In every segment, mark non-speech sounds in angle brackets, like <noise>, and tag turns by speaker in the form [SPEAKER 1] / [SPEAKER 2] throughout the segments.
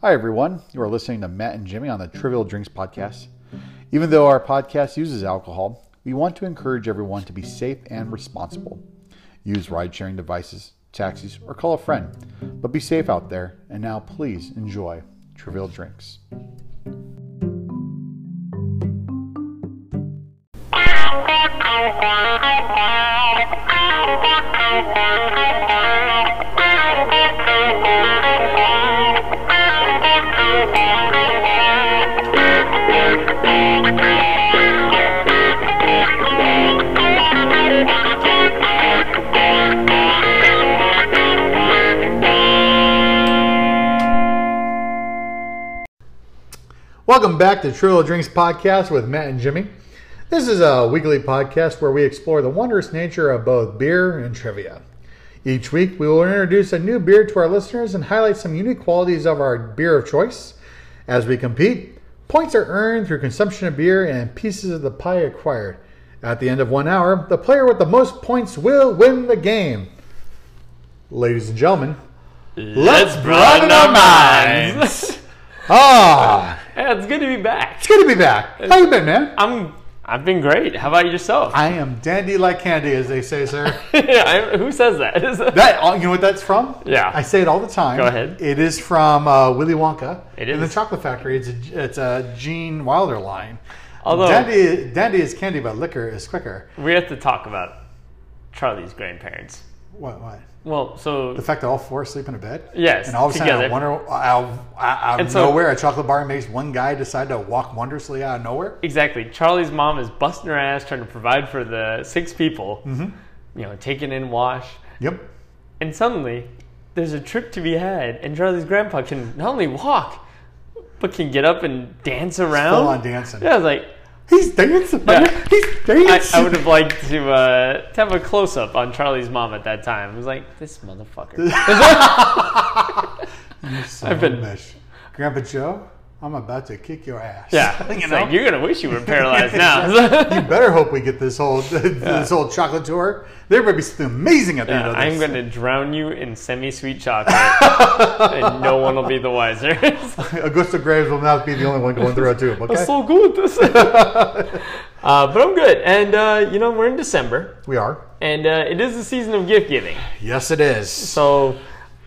[SPEAKER 1] Hi, everyone. You are listening to Matt and Jimmy on the Trivial Drinks Podcast. Even though our podcast uses alcohol, we want to encourage everyone to be safe and responsible. Use ride sharing devices, taxis, or call a friend, but be safe out there. And now, please enjoy Trivial Drinks. Welcome back to Trivial Drinks Podcast with Matt and Jimmy. This is a weekly podcast where we explore the wondrous nature of both beer and trivia. Each week, we will introduce a new beer to our listeners and highlight some unique qualities of our beer of choice. As we compete, points are earned through consumption of beer and pieces of the pie acquired. At the end of one hour, the player with the most points will win the game. Ladies and gentlemen,
[SPEAKER 2] Let's broaden our minds.
[SPEAKER 1] ah,
[SPEAKER 2] <laughs> Yeah, it's good to be back.
[SPEAKER 1] it's good to be back. How you been, man?
[SPEAKER 2] I'm. I've been great. How about yourself?
[SPEAKER 1] I am dandy like candy, as they say, sir.
[SPEAKER 2] <laughs> I- Who says that? Is
[SPEAKER 1] <laughs>
[SPEAKER 2] that?
[SPEAKER 1] that oh, you know what that's from?
[SPEAKER 2] Yeah.
[SPEAKER 1] I say it all the time.
[SPEAKER 2] Go ahead.
[SPEAKER 1] It is from uh, Willy Wonka.
[SPEAKER 2] It
[SPEAKER 1] In the
[SPEAKER 2] is.
[SPEAKER 1] Chocolate Factory. It's a, it's a Gene Wilder line.
[SPEAKER 2] Although-
[SPEAKER 1] dandy, dandy is candy, but liquor is quicker.
[SPEAKER 2] We have to talk about Charlie's grandparents.
[SPEAKER 1] What? What?
[SPEAKER 2] Well, so
[SPEAKER 1] The fact that all four sleep in a bed.
[SPEAKER 2] Yes,
[SPEAKER 1] And all of a sudden, out of,
[SPEAKER 2] together.
[SPEAKER 1] wonder, out, of- out of
[SPEAKER 2] And so-
[SPEAKER 1] nowhere, a chocolate bar makes one guy decide to walk wondrously out of nowhere.
[SPEAKER 2] exactly, Charlie's mom is busting her ass trying to provide for the six people.
[SPEAKER 1] Mm-hmm.
[SPEAKER 2] You know, taking in wash,
[SPEAKER 1] Yep.
[SPEAKER 2] and suddenly there's a trip to be had, and Charlie's grandpa can not only walk, but can get up and dance around.
[SPEAKER 1] Full on dancing.
[SPEAKER 2] Yeah, I was like.
[SPEAKER 1] He's dancing. man.
[SPEAKER 2] Yeah.
[SPEAKER 1] He's
[SPEAKER 2] I,
[SPEAKER 1] dancing.
[SPEAKER 2] I would have liked to, uh, to have a close up on Charlie's mom at that time. It was like,
[SPEAKER 1] <laughs>
[SPEAKER 2] this motherfucker.
[SPEAKER 1] I've
[SPEAKER 2] been-
[SPEAKER 1] Grandpa Joe. I'm about to kick your ass.
[SPEAKER 2] Yeah.
[SPEAKER 1] <laughs> you
[SPEAKER 2] It's
[SPEAKER 1] know.
[SPEAKER 2] like, you're going to wish you
[SPEAKER 1] <laughs>
[SPEAKER 2] were paralyzed now. <laughs>
[SPEAKER 1] you better hope we get this whole <laughs> this whole chocolate tour. There better be something amazing at the end of this.
[SPEAKER 2] I'm going to drown you in semi
[SPEAKER 1] <laughs>
[SPEAKER 2] sweet chocolate, and no one will be the wiser. <laughs> It's
[SPEAKER 1] <laughs>
[SPEAKER 2] like,
[SPEAKER 1] Augusta Graves will not be the only one going through a
[SPEAKER 2] <laughs>
[SPEAKER 1] tube. Okay,
[SPEAKER 2] "It's so good. This
[SPEAKER 1] <laughs>
[SPEAKER 2] uh, but I'm good. And, uh, you know, we're in December,
[SPEAKER 1] we are.
[SPEAKER 2] and uh, it is the season of gift giving.
[SPEAKER 1] Yes, it is.
[SPEAKER 2] So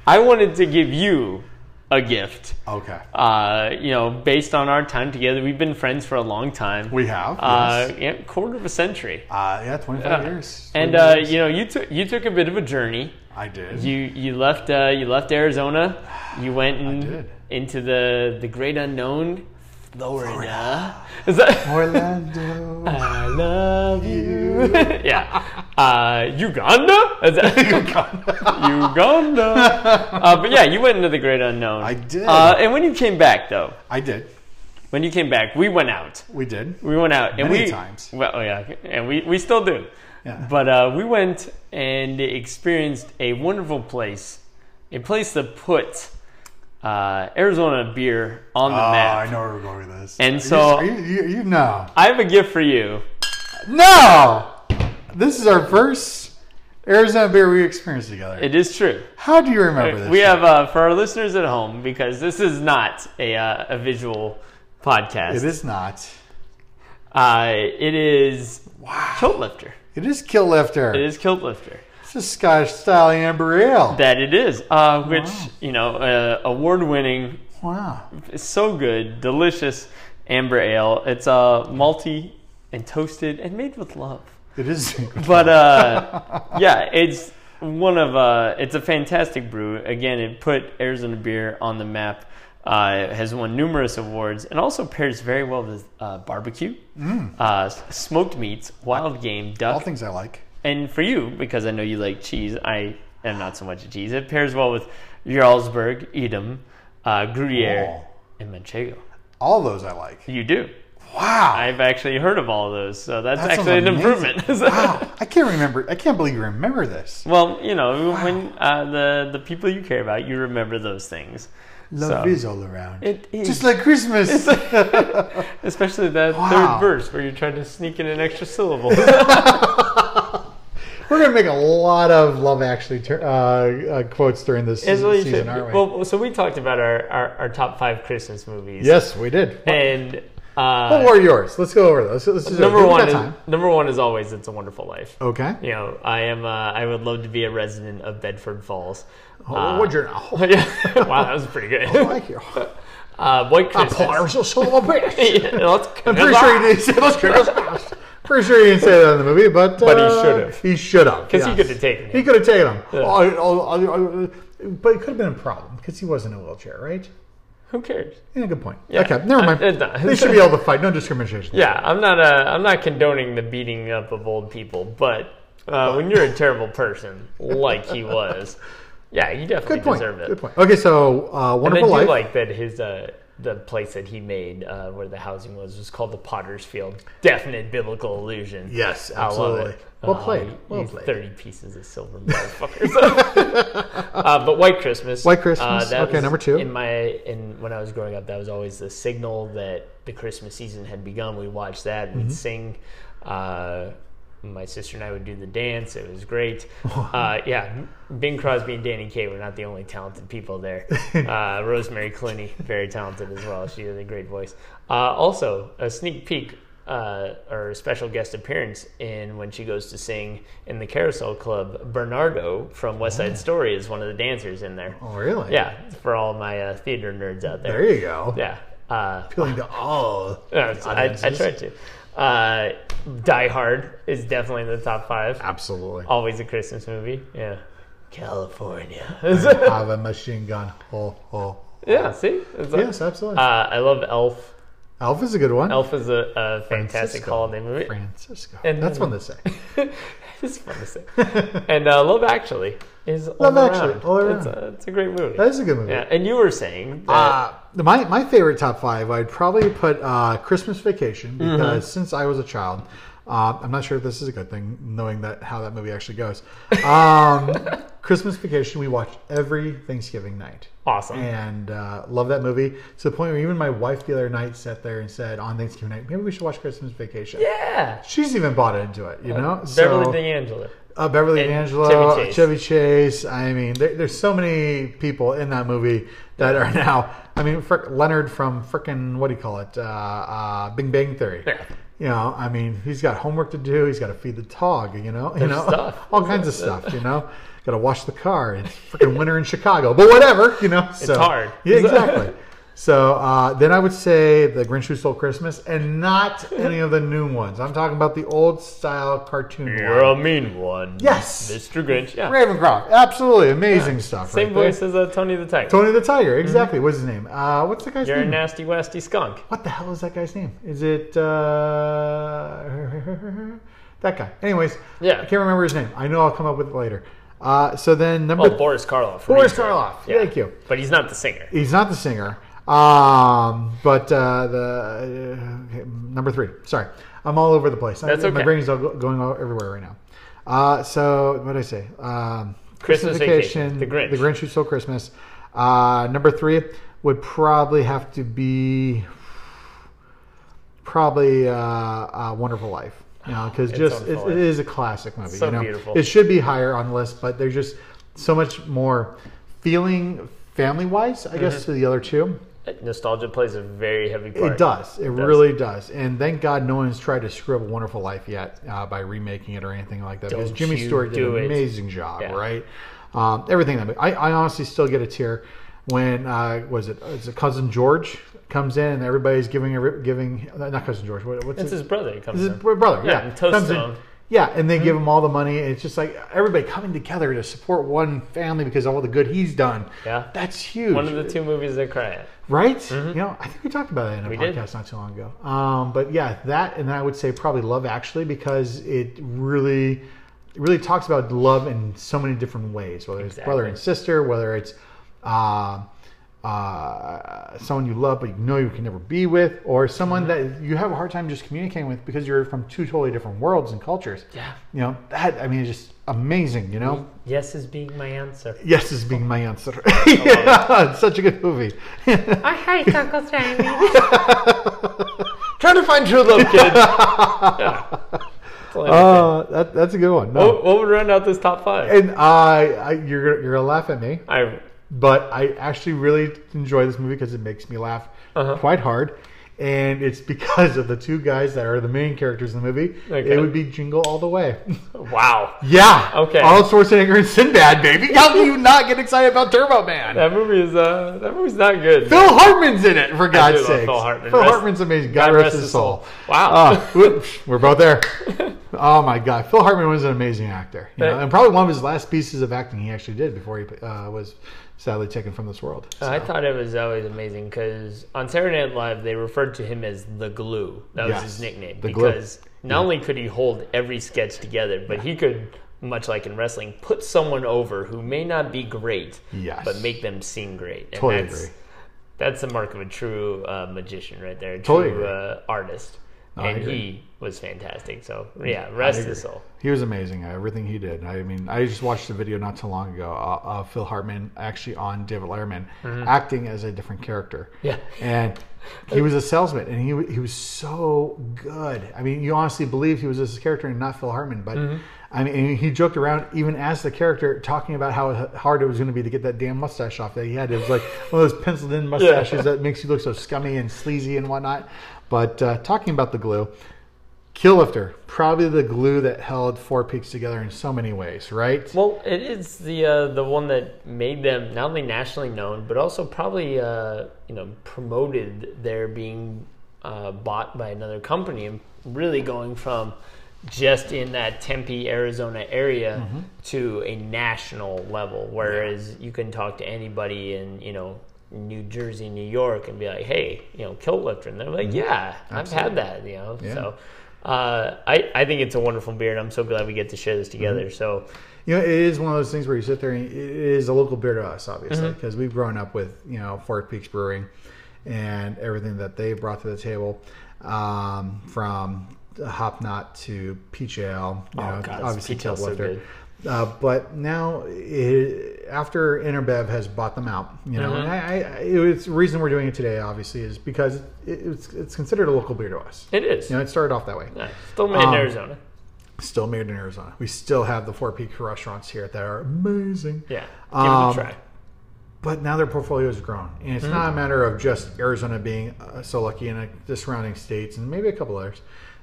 [SPEAKER 2] I wanted to give you a gift.
[SPEAKER 1] Okay,
[SPEAKER 2] Uh, you know, based on our time together, we've been friends for a long time.
[SPEAKER 1] we have.
[SPEAKER 2] Uh,
[SPEAKER 1] yes.
[SPEAKER 2] yeah, quarter of a century.
[SPEAKER 1] Uh, yeah, 25 years.
[SPEAKER 2] And
[SPEAKER 1] 25
[SPEAKER 2] uh,
[SPEAKER 1] years.
[SPEAKER 2] you know, you took you took a bit of a journey.
[SPEAKER 1] I did.
[SPEAKER 2] You you left uh, you left Arizona. You went and
[SPEAKER 1] did.
[SPEAKER 2] into the the great unknown, Florida. Is that?
[SPEAKER 1] <laughs> Orlando.
[SPEAKER 2] <laughs>
[SPEAKER 1] <laughs>
[SPEAKER 2] I love you. <laughs> yeah. Uh, Uganda. Is that? <laughs> Uganda. Uh, but yeah, you went into the great unknown.
[SPEAKER 1] I did.
[SPEAKER 2] Uh, and when you came back, though,
[SPEAKER 1] I did.
[SPEAKER 2] when you came back, we went out.
[SPEAKER 1] We did.
[SPEAKER 2] We went out and
[SPEAKER 1] Many
[SPEAKER 2] we,
[SPEAKER 1] times.
[SPEAKER 2] Well, oh, yeah, and we, we still do.
[SPEAKER 1] Yeah.
[SPEAKER 2] But uh, we went and experienced a wonderful place, a place that put uh, Arizona beer on the
[SPEAKER 1] Oh, I
[SPEAKER 2] map.
[SPEAKER 1] know where we're going with this. Are
[SPEAKER 2] And
[SPEAKER 1] you-
[SPEAKER 2] so-
[SPEAKER 1] are you, you, you know,
[SPEAKER 2] I have a gift for you.
[SPEAKER 1] no, this is our first Arizona beer we experienced together.
[SPEAKER 2] It is true.
[SPEAKER 1] How do you remember this?
[SPEAKER 2] We have uh, for our listeners at home because this is not a uh, a visual podcast.
[SPEAKER 1] It is not.
[SPEAKER 2] Uh, it is kilt lifter.
[SPEAKER 1] It is Kill Lifter.
[SPEAKER 2] It is kilt lifter.
[SPEAKER 1] It's a Scotch style amber ale.
[SPEAKER 2] That it is, uh, which
[SPEAKER 1] Wow.
[SPEAKER 2] you know, uh, award-winning
[SPEAKER 1] wow.
[SPEAKER 2] It's so good, delicious amber ale. It's uh, malty and toasted and made with love.
[SPEAKER 1] It
[SPEAKER 2] <laughs>
[SPEAKER 1] is.
[SPEAKER 2] But uh, yeah, it's one of uh, it's a fantastic brew. Again, it put Arizona beer on the map. Uh, it has won numerous awards and also pairs very well with uh, barbecue, uh, s- smoked meats, wild game,
[SPEAKER 1] all
[SPEAKER 2] duck,
[SPEAKER 1] things I like.
[SPEAKER 2] and for you, because I know you like cheese, I am not so much a cheese. It pairs well with Jarlsberg, Edam, uh,
[SPEAKER 1] Oh.
[SPEAKER 2] Gruyere, and Manchego.
[SPEAKER 1] All those I like.
[SPEAKER 2] You do.
[SPEAKER 1] Wow.
[SPEAKER 2] I've actually heard of all of those, so that's,
[SPEAKER 1] That sounds
[SPEAKER 2] actually an
[SPEAKER 1] amazing.
[SPEAKER 2] improvement. <laughs>
[SPEAKER 1] wow. I can't remember. I can't believe you remember this.
[SPEAKER 2] well, you know, when uh, the the people you care about, you remember those things.
[SPEAKER 1] Love
[SPEAKER 2] So-
[SPEAKER 1] is all around.
[SPEAKER 2] It is,
[SPEAKER 1] Just like Christmas.
[SPEAKER 2] especially that
[SPEAKER 1] Wow. <laughs>
[SPEAKER 2] third verse where you're trying to sneak in an extra syllable.
[SPEAKER 1] We're gonna make a lot of love actually ter- uh, uh, quotes during this
[SPEAKER 2] That's what you
[SPEAKER 1] season,
[SPEAKER 2] should-
[SPEAKER 1] aren't we?
[SPEAKER 2] Well, so we talked about our, our, our top five Christmas movies.
[SPEAKER 1] yes, we did. What,
[SPEAKER 2] And uh,
[SPEAKER 1] what were yours? Let's go over those. Let's just
[SPEAKER 2] number
[SPEAKER 1] we've
[SPEAKER 2] one
[SPEAKER 1] got
[SPEAKER 2] is,
[SPEAKER 1] time. Oh.
[SPEAKER 2] number one is always "It's a Wonderful Life."
[SPEAKER 1] Okay.
[SPEAKER 2] You know, I am. Uh, I would love to be a resident of Bedford Falls. Uh,
[SPEAKER 1] Oh, what'd you oh,
[SPEAKER 2] <laughs> yeah. wow, that was pretty good.
[SPEAKER 1] Thank you.
[SPEAKER 2] Uh, White
[SPEAKER 1] A
[SPEAKER 2] Christmas.
[SPEAKER 1] parcel son of a bitch.
[SPEAKER 2] <laughs> Yeah, let's-
[SPEAKER 1] I'm
[SPEAKER 2] <laughs>
[SPEAKER 1] pretty sure he didn't say let's go smash. Pretty sure he didn't say that in the movie, but but
[SPEAKER 2] he should've.
[SPEAKER 1] He should have
[SPEAKER 2] 'Cause he could've taken
[SPEAKER 1] He
[SPEAKER 2] him.
[SPEAKER 1] could have taken him. Oh, I- oh, I- I- but it could have been a problem because he wasn't in a wheelchair, right?
[SPEAKER 2] Who cares?
[SPEAKER 1] Yeah, good point. Okay, never mind.
[SPEAKER 2] it's not.
[SPEAKER 1] they should be able to fight. No discrimination.
[SPEAKER 2] Uh, Yeah, I'm not. Uh, I'm not condoning the beating up of old people, but uh, when you're a terrible person like
[SPEAKER 1] <laughs>
[SPEAKER 2] he was, yeah, you definitely
[SPEAKER 1] Good point.
[SPEAKER 2] deserve it.
[SPEAKER 1] Good point. Okay, so uh,
[SPEAKER 2] And I
[SPEAKER 1] Wonderful
[SPEAKER 2] do
[SPEAKER 1] Life.
[SPEAKER 2] like that his uh, the place that he made uh, where the housing was was called the Potter's Field. Definite biblical allusion.
[SPEAKER 1] Yes,
[SPEAKER 2] I love
[SPEAKER 1] absolutely.
[SPEAKER 2] it.
[SPEAKER 1] Well
[SPEAKER 2] Uh,
[SPEAKER 1] played.
[SPEAKER 2] you-
[SPEAKER 1] Well
[SPEAKER 2] you
[SPEAKER 1] played.
[SPEAKER 2] Thirty pieces of silver, motherfuckers. <laughs> uh, but White Christmas. uh,
[SPEAKER 1] White Christmas.
[SPEAKER 2] that
[SPEAKER 1] Okay,
[SPEAKER 2] was
[SPEAKER 1] number two.
[SPEAKER 2] In my in when I was growing up, that was always the signal that the Christmas season had begun. We watched that. We'd sing. Uh, my sister and I would do the dance. It was great. Uh, yeah, Bing Crosby and Danny Kaye were not the only talented people there. Uh, Rosemary Clooney, very talented as well. She had a great voice. Uh, also, a sneak peek uh, or a special guest appearance in when she goes to sing in the Carousel Club. Bernardo from West Side Story is one of the dancers in there.
[SPEAKER 1] Oh, really?
[SPEAKER 2] Yeah, for all my uh, theater nerds out there.
[SPEAKER 1] There you go. oh,
[SPEAKER 2] Yeah. Uh,
[SPEAKER 1] Appealing to all.
[SPEAKER 2] I, I I
[SPEAKER 1] audiences.
[SPEAKER 2] tried to. Uh, Die Hard is definitely in the top five.
[SPEAKER 1] Absolutely.
[SPEAKER 2] Always a Christmas movie. Yeah. California.
[SPEAKER 1] Have a machine gun. Oh, oh.
[SPEAKER 2] <laughs> yeah, see? It's like-
[SPEAKER 1] Yes, absolutely.
[SPEAKER 2] Uh, I love Elf.
[SPEAKER 1] Elf is a good one.
[SPEAKER 2] Elf is a, a fantastic
[SPEAKER 1] Francisco.
[SPEAKER 2] holiday movie.
[SPEAKER 1] Francisco.
[SPEAKER 2] And-
[SPEAKER 1] That's one to say.
[SPEAKER 2] <laughs> It's fun to say. and uh, Love Actually is all
[SPEAKER 1] Love Actually,
[SPEAKER 2] around.
[SPEAKER 1] all around.
[SPEAKER 2] It's, a, it's a great movie.
[SPEAKER 1] That is a good movie.
[SPEAKER 2] yeah, and you were saying that,
[SPEAKER 1] Uh, my, my favorite top five, I'd probably put uh, Christmas Vacation
[SPEAKER 2] Mm-hmm.
[SPEAKER 1] because since I was a child, uh, I'm not sure if this is a good thing, knowing that how that movie actually
[SPEAKER 2] <laughs>
[SPEAKER 1] goes. Um, Christmas Vacation, we watched every Thanksgiving night.
[SPEAKER 2] awesome.
[SPEAKER 1] And uh, love that movie to the point where even my wife the other night sat there and said on Thanksgiving night, maybe we should watch Christmas Vacation.
[SPEAKER 2] yeah. Uh,
[SPEAKER 1] She's even bought into it, you know.
[SPEAKER 2] Beverly
[SPEAKER 1] So-
[SPEAKER 2] D'Angelo.
[SPEAKER 1] uh, Beverly
[SPEAKER 2] And
[SPEAKER 1] D'Angelo,
[SPEAKER 2] Chevy
[SPEAKER 1] Chevy
[SPEAKER 2] Chase.
[SPEAKER 1] Chase. I mean, there, there's so many people in that movie that are <laughs> now. I mean, frick, Leonard from frickin' what do you call it? Uh, uh, Bing Bang Theory.
[SPEAKER 2] Yeah.
[SPEAKER 1] You know, I mean, he's got homework to do. He's got to feed the dog. You know, you know,
[SPEAKER 2] stuff.
[SPEAKER 1] <laughs> all kinds of stuff. You know, got to wash the car. It's frickin' winter in Chicago, but whatever. You know, so,
[SPEAKER 2] hard.
[SPEAKER 1] Yeah, exactly. So uh, then I would say the Grinch Who Stole Christmas, and not any of the new ones. I'm talking about the old style cartoon. ones.
[SPEAKER 2] You're a mean one.
[SPEAKER 1] Yes.
[SPEAKER 2] Mr. Grinch. Yeah.
[SPEAKER 1] Ravencroft. Absolutely amazing stuff.
[SPEAKER 2] Same
[SPEAKER 1] right there.
[SPEAKER 2] voice Mm-hmm. as uh, Tony the Tiger.
[SPEAKER 1] Tony the Tiger. Exactly. What's his name? Uh, what's the guy's
[SPEAKER 2] You're a
[SPEAKER 1] name?
[SPEAKER 2] nasty, wasty skunk.
[SPEAKER 1] what the hell is that guy's name? Is it uh, that guy? Anyways,
[SPEAKER 2] Yeah.
[SPEAKER 1] I can't remember his name. I know I'll come up with it later. Uh, so then number
[SPEAKER 2] Oh, Boris Karloff.
[SPEAKER 1] Boris
[SPEAKER 2] Reason.
[SPEAKER 1] Karloff.
[SPEAKER 2] Yeah.
[SPEAKER 1] Thank you.
[SPEAKER 2] But he's not the singer.
[SPEAKER 1] He's not the singer. Um, but uh, the uh, okay, number three. Sorry, I'm all over the place.
[SPEAKER 2] That's
[SPEAKER 1] I, My
[SPEAKER 2] okay.
[SPEAKER 1] brain's all go- going all everywhere right now. Uh, so what did I say? Um,
[SPEAKER 2] Christmas Vacation, The Grinch.
[SPEAKER 1] The Grinch Who Stole Christmas. Uh, number three would probably have to be probably uh, uh, Wonderful Life. You know, because
[SPEAKER 2] It's
[SPEAKER 1] just it,
[SPEAKER 2] Wonderful
[SPEAKER 1] it
[SPEAKER 2] Life.
[SPEAKER 1] is a classic movie.
[SPEAKER 2] so
[SPEAKER 1] you know?
[SPEAKER 2] beautiful.
[SPEAKER 1] It should be higher on the list, but there's just so much more feeling family wise, I guess,
[SPEAKER 2] Mm-hmm.
[SPEAKER 1] to the other two.
[SPEAKER 2] Nostalgia plays a very heavy part.
[SPEAKER 1] It does. It really does. And thank God no one's tried to screw up a Wonderful Life yet uh, by remaking it or anything like that. because
[SPEAKER 2] Don't
[SPEAKER 1] Jimmy
[SPEAKER 2] you
[SPEAKER 1] Stewart did
[SPEAKER 2] do
[SPEAKER 1] an
[SPEAKER 2] it.
[SPEAKER 1] amazing job,
[SPEAKER 2] Yeah.
[SPEAKER 1] right? Um, everything that I, I honestly still get a tear when uh, was it? It's a cousin George comes in and everybody's giving every- giving not cousin George. What, what's
[SPEAKER 2] It's his brother that comes
[SPEAKER 1] his
[SPEAKER 2] in.
[SPEAKER 1] brother.
[SPEAKER 2] Yeah,
[SPEAKER 1] Yeah,
[SPEAKER 2] and toast
[SPEAKER 1] Comes
[SPEAKER 2] Mm-hmm. to
[SPEAKER 1] in.
[SPEAKER 2] him.
[SPEAKER 1] Yeah, and they give him all the money. It's just like everybody coming together to support one family because of all the good he's done.
[SPEAKER 2] Yeah.
[SPEAKER 1] that's huge.
[SPEAKER 2] One of the two movies I cry at.
[SPEAKER 1] right? You know, I think we talked about that in a
[SPEAKER 2] Mm-hmm. We
[SPEAKER 1] podcast
[SPEAKER 2] did.
[SPEAKER 1] not too long ago. Um, but yeah, that, and I would say probably Love Actually because it really, it really talks about love in so many different ways. Whether it's
[SPEAKER 2] Exactly.
[SPEAKER 1] brother and sister, whether it's uh, uh, someone you love but you know you can never be with, or someone
[SPEAKER 2] Mm-hmm.
[SPEAKER 1] that you have a hard time just communicating with because you're from two totally different worlds and cultures.
[SPEAKER 2] Yeah. Mm-hmm.
[SPEAKER 1] You know that I mean, it's just amazing. You know.
[SPEAKER 2] Yes is being my answer.
[SPEAKER 1] Yes is being my answer. yeah, <laughs> it's such a good movie.
[SPEAKER 3] I hate
[SPEAKER 2] <laughs>
[SPEAKER 3] Uncle Sammy.
[SPEAKER 1] <laughs>
[SPEAKER 2] Trying to find true love, kid. yeah. Well,
[SPEAKER 1] Uh, that, that's a good one. No.
[SPEAKER 2] what, what would round out this top five?
[SPEAKER 1] And I, I you're gonna- you're gonna laugh at me,
[SPEAKER 2] I
[SPEAKER 1] but I actually really enjoy this movie because it makes me laugh
[SPEAKER 2] Uh-huh.
[SPEAKER 1] quite hard, and it's because of the two guys that are the main characters in the movie.
[SPEAKER 2] Okay.
[SPEAKER 1] It would be Jingle All the Way. <laughs>
[SPEAKER 2] wow.
[SPEAKER 1] yeah.
[SPEAKER 2] Okay.
[SPEAKER 1] Arnold Schwarzenegger and Sinbad, baby. How can you not get excited about Turbo Man?
[SPEAKER 2] That movie is uh that movie's not good.
[SPEAKER 1] Phil Hartman's in it, for God's
[SPEAKER 2] love
[SPEAKER 1] sake.
[SPEAKER 2] Phil Hartman.
[SPEAKER 1] Phil
[SPEAKER 2] Rest-
[SPEAKER 1] Hartman's amazing. God, rest, his soul.
[SPEAKER 2] Wow.
[SPEAKER 1] Uh, we- we're both
[SPEAKER 2] <laughs>
[SPEAKER 1] there. Oh my God, Phil Hartman was an amazing actor, you know,
[SPEAKER 2] Hey.
[SPEAKER 1] and probably one of his last pieces of acting he actually did before he uh, was sadly taken from this world. So,
[SPEAKER 2] I thought it was always amazing because on Saturday Night Live they referred to him as the glue. That was
[SPEAKER 1] Yes,
[SPEAKER 2] his nickname
[SPEAKER 1] the glue.
[SPEAKER 2] because not only could he hold every sketch together, but he could, much like in wrestling, put someone over who may not be great,
[SPEAKER 1] Yes.
[SPEAKER 2] but make them seem great. And
[SPEAKER 1] Totally
[SPEAKER 2] that's,
[SPEAKER 1] agree.
[SPEAKER 2] That's the mark of a true uh, magician, right there. A
[SPEAKER 1] Totally
[SPEAKER 2] true
[SPEAKER 1] agree.
[SPEAKER 2] uh, artist,
[SPEAKER 1] I
[SPEAKER 2] and
[SPEAKER 1] agree. Mm.
[SPEAKER 2] he was fantastic. So yeah, rest his soul.
[SPEAKER 1] He was amazing at everything he did. I mean, I just watched a video not too long ago uh, of Phil Hartman actually on David Letterman acting as a different character.
[SPEAKER 2] Yeah.
[SPEAKER 1] And he was a salesman and he, wa- he was so good. I mean, you honestly believed he was this character and not Phil Hartman, but I mean, he joked around even as the character talking about how h- hard it was going to be to get that damn mustache off that he had. It was like one of those penciled in mustaches that makes you look so scummy and sleazy and whatnot. But uh, talking about the glue, Killifter, probably the glue that held Four Peaks together in so many ways, right?
[SPEAKER 2] Well, it is the uh, the one that made them not only nationally known, but also probably uh, you know promoted their being uh, bought by another company and really going from just in that Tempe, Arizona area to a national level. Whereas you can talk to anybody in you know New Jersey, New York, and be like, hey, you know, kilt lifter, and they're like, yeah, I've had that, you know, so. Uh, I, I think it's a wonderful beer, and I'm so glad we get to share this together. So,
[SPEAKER 1] You know, it is one of those things where you sit there and it is a local beer to us, obviously,
[SPEAKER 2] Mm-hmm.
[SPEAKER 1] because we've grown up with, you know, Four Peaks Brewing and everything that they brought to the table um, from Hop Knot to Peach Ale, you know,
[SPEAKER 2] Oh, God,
[SPEAKER 1] obviously
[SPEAKER 2] Peach Ale's so
[SPEAKER 1] Tailwifter.
[SPEAKER 2] good.
[SPEAKER 1] Uh, but now, it, after InterBev has bought them out, you know,
[SPEAKER 2] Mm-hmm.
[SPEAKER 1] and I, I, it's the reason we're doing it today, obviously, is because it, it's, it's considered a local beer to us.
[SPEAKER 2] It is.
[SPEAKER 1] You know, it started off that way.
[SPEAKER 2] Yeah, Still made in
[SPEAKER 1] Um,
[SPEAKER 2] Arizona.
[SPEAKER 1] Still made in Arizona. We still have the Four Peak restaurants here that are amazing.
[SPEAKER 2] Yeah. Give it
[SPEAKER 1] um,
[SPEAKER 2] a try.
[SPEAKER 1] But now their portfolio has grown, and it's
[SPEAKER 2] Mm-hmm.
[SPEAKER 1] not a matter of just Arizona being uh, so lucky and uh, the surrounding states and maybe a couple others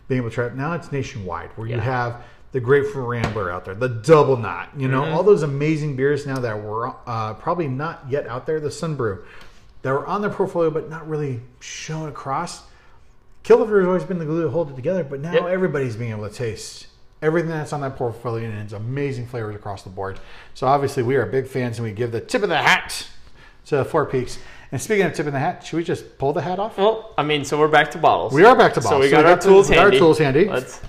[SPEAKER 1] being able to try. it. Now it's nationwide, where you
[SPEAKER 2] Yeah.
[SPEAKER 1] have the Grapefruit Rambler out there, the Double Knot, you know,
[SPEAKER 2] Mm-hmm.
[SPEAKER 1] all those amazing beers now that were uh, probably not yet out there, the Sunbrew, that were on their portfolio but not really shown across. Killifter has always been the glue to hold it together, but now
[SPEAKER 2] Yep.
[SPEAKER 1] everybody's being able to taste everything that's on that portfolio and it's amazing flavors across the board. So obviously we are big fans and we give the tip of the hat to Four Peaks. And speaking of tip of the hat, should we just pull the hat off?
[SPEAKER 2] Well, I mean, so we're back to bottles.
[SPEAKER 1] We are back to bottles.
[SPEAKER 2] So we got our
[SPEAKER 1] the-
[SPEAKER 2] tools
[SPEAKER 1] we got
[SPEAKER 2] handy.
[SPEAKER 1] Our tools handy.
[SPEAKER 2] Let's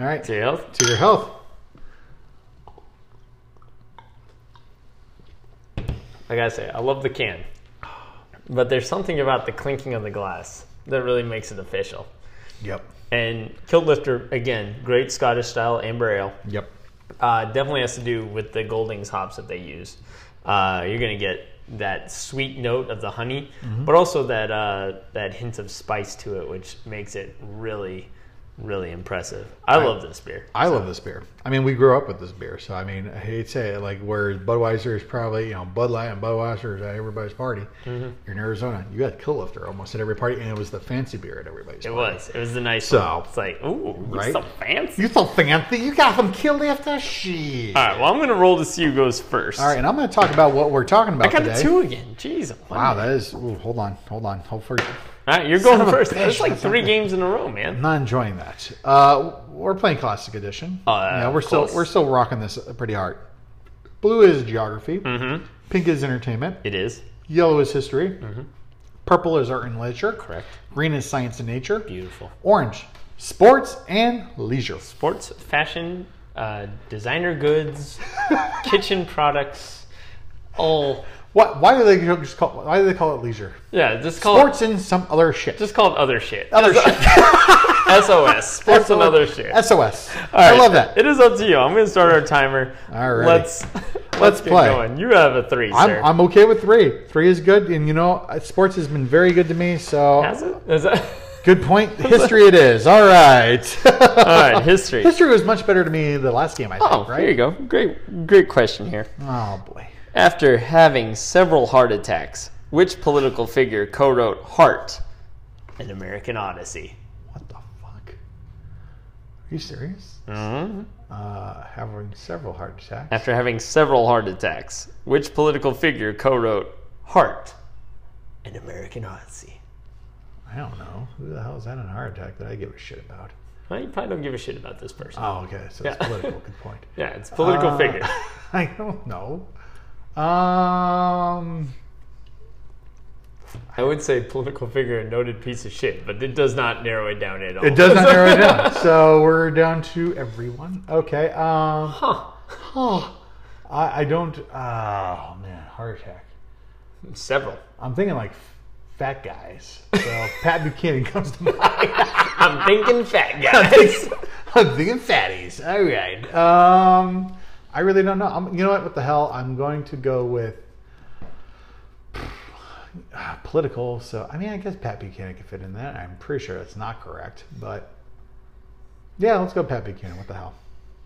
[SPEAKER 1] All right.
[SPEAKER 2] to your health.
[SPEAKER 1] To your health.
[SPEAKER 2] Like I say, I love the can, but there's something about the clinking of the glass that really makes it official.
[SPEAKER 1] Yep.
[SPEAKER 2] And Kiltlifter again, great Scottish style amber ale.
[SPEAKER 1] Yep.
[SPEAKER 2] Uh, definitely has to do with the Goldings hops that they use. Uh, you're gonna get that sweet note of the honey,
[SPEAKER 1] Mm-hmm.
[SPEAKER 2] but also that uh, that hint of spice to it, which makes it really, really impressive. I, love this beer.
[SPEAKER 1] I love this beer. I mean, we grew up with this beer, so I mean, I hate to say it, like where Budweiser is probably you know Bud Light and Budweiser is at everybody's party.
[SPEAKER 2] Mm-hmm.
[SPEAKER 1] You're in Arizona, you got Killifter almost at every party, and it was the fancy beer at everybody's.
[SPEAKER 2] It
[SPEAKER 1] party.
[SPEAKER 2] was. It was the nice
[SPEAKER 1] So,
[SPEAKER 2] one. It's like, ooh,
[SPEAKER 1] right?
[SPEAKER 2] right? so fancy.
[SPEAKER 1] You so fancy, you got some Killifter shit.
[SPEAKER 2] All right, well, I'm gonna roll to see who goes first.
[SPEAKER 1] All right, and I'm going to talk about what we're talking about
[SPEAKER 2] I got
[SPEAKER 1] today.
[SPEAKER 2] a two again. Jeez. I'm
[SPEAKER 1] Wow,
[SPEAKER 2] wondering.
[SPEAKER 1] that is. Ooh, hold on, hold on. Hopefully,
[SPEAKER 2] All right, you're going
[SPEAKER 1] of a
[SPEAKER 2] first.
[SPEAKER 1] bitch,
[SPEAKER 2] That's like
[SPEAKER 1] that's
[SPEAKER 2] three
[SPEAKER 1] not-
[SPEAKER 2] games in a row,
[SPEAKER 1] <laughs>
[SPEAKER 2] man.
[SPEAKER 1] I'm not enjoying that. Uh, we're playing Classic Edition.
[SPEAKER 2] Uh,
[SPEAKER 1] yeah, we're
[SPEAKER 2] of
[SPEAKER 1] still
[SPEAKER 2] course.
[SPEAKER 1] we're still rocking this pretty hard. Blue is geography.
[SPEAKER 2] Mm.
[SPEAKER 1] Pink is entertainment.
[SPEAKER 2] Mm-hmm. It is
[SPEAKER 1] Yellow is history. Purple is art and literature.
[SPEAKER 2] Mm-hmm. correct.
[SPEAKER 1] Green is science and nature.
[SPEAKER 2] Beautiful.
[SPEAKER 1] Orange, sports and leisure.
[SPEAKER 2] Sports, fashion, uh, designer
[SPEAKER 1] <laughs>
[SPEAKER 2] goods, kitchen products, all.
[SPEAKER 1] What? Why do they just call? Why do they call it leisure?
[SPEAKER 2] Yeah, just call it.
[SPEAKER 1] Sports and some other shit.
[SPEAKER 2] Just call it other shit.
[SPEAKER 1] other <laughs> shit.
[SPEAKER 2] SOS. Sports and other shit.
[SPEAKER 1] SOS.
[SPEAKER 2] All
[SPEAKER 1] I
[SPEAKER 2] right,
[SPEAKER 1] love that.
[SPEAKER 2] It is up to you. I'm going to start our timer.
[SPEAKER 1] All right.
[SPEAKER 2] Let's <laughs> let's get
[SPEAKER 1] play.
[SPEAKER 2] going. You have a 3 sir.
[SPEAKER 1] I'm, I'm okay with three. Three is good, and you know, uh, sports has been very good to me. So
[SPEAKER 2] Has it? Is that? <laughs>
[SPEAKER 1] Good point. History it is. All right.
[SPEAKER 2] All
[SPEAKER 1] <laughs>
[SPEAKER 2] right, history.
[SPEAKER 1] History was much better to me the last game, I think,
[SPEAKER 2] Oh,
[SPEAKER 1] right?
[SPEAKER 2] there you go. Great, great question here.
[SPEAKER 1] Oh, boy.
[SPEAKER 2] After having several heart attacks, which political figure co-wrote "Heart," an American Odyssey?
[SPEAKER 1] What the fuck? Are you serious?
[SPEAKER 2] Mhm.
[SPEAKER 1] Uh, having several heart attacks.
[SPEAKER 2] After having several heart attacks, which political figure co-wrote "Heart," an American Odyssey?
[SPEAKER 1] I don't know. Who the hell is that in a heart attack that I give a shit about?
[SPEAKER 2] Well, you probably don't give a shit about this person.
[SPEAKER 1] Oh, okay. So it's
[SPEAKER 2] Yeah.
[SPEAKER 1] political. Good point. <laughs>
[SPEAKER 2] yeah, it's a political
[SPEAKER 1] Uh,
[SPEAKER 2] figure.
[SPEAKER 1] I don't know. Um,
[SPEAKER 2] <laughs> I would say political figure, a noted piece of shit, but it does not narrow it down at all.
[SPEAKER 1] it does not narrow it down. So we're down to everyone. Okay. Um,
[SPEAKER 2] Huh.
[SPEAKER 1] oh, I, I don't. Oh man, heart attack.
[SPEAKER 2] Several. <laughs>
[SPEAKER 1] I'm thinking like fat guys. So Pat Buchanan comes to mind.
[SPEAKER 2] <laughs> I'm thinking fat guys.
[SPEAKER 1] I'm thinking fatties. All right. Um, I really don't know. I'm, you know what? What the hell? I'm going to go with <sighs> Ah, political. So I mean, I guess Pat Buchanan could fit in that. I'm pretty sure that's not correct, but yeah, let's go Pat Buchanan. What the hell?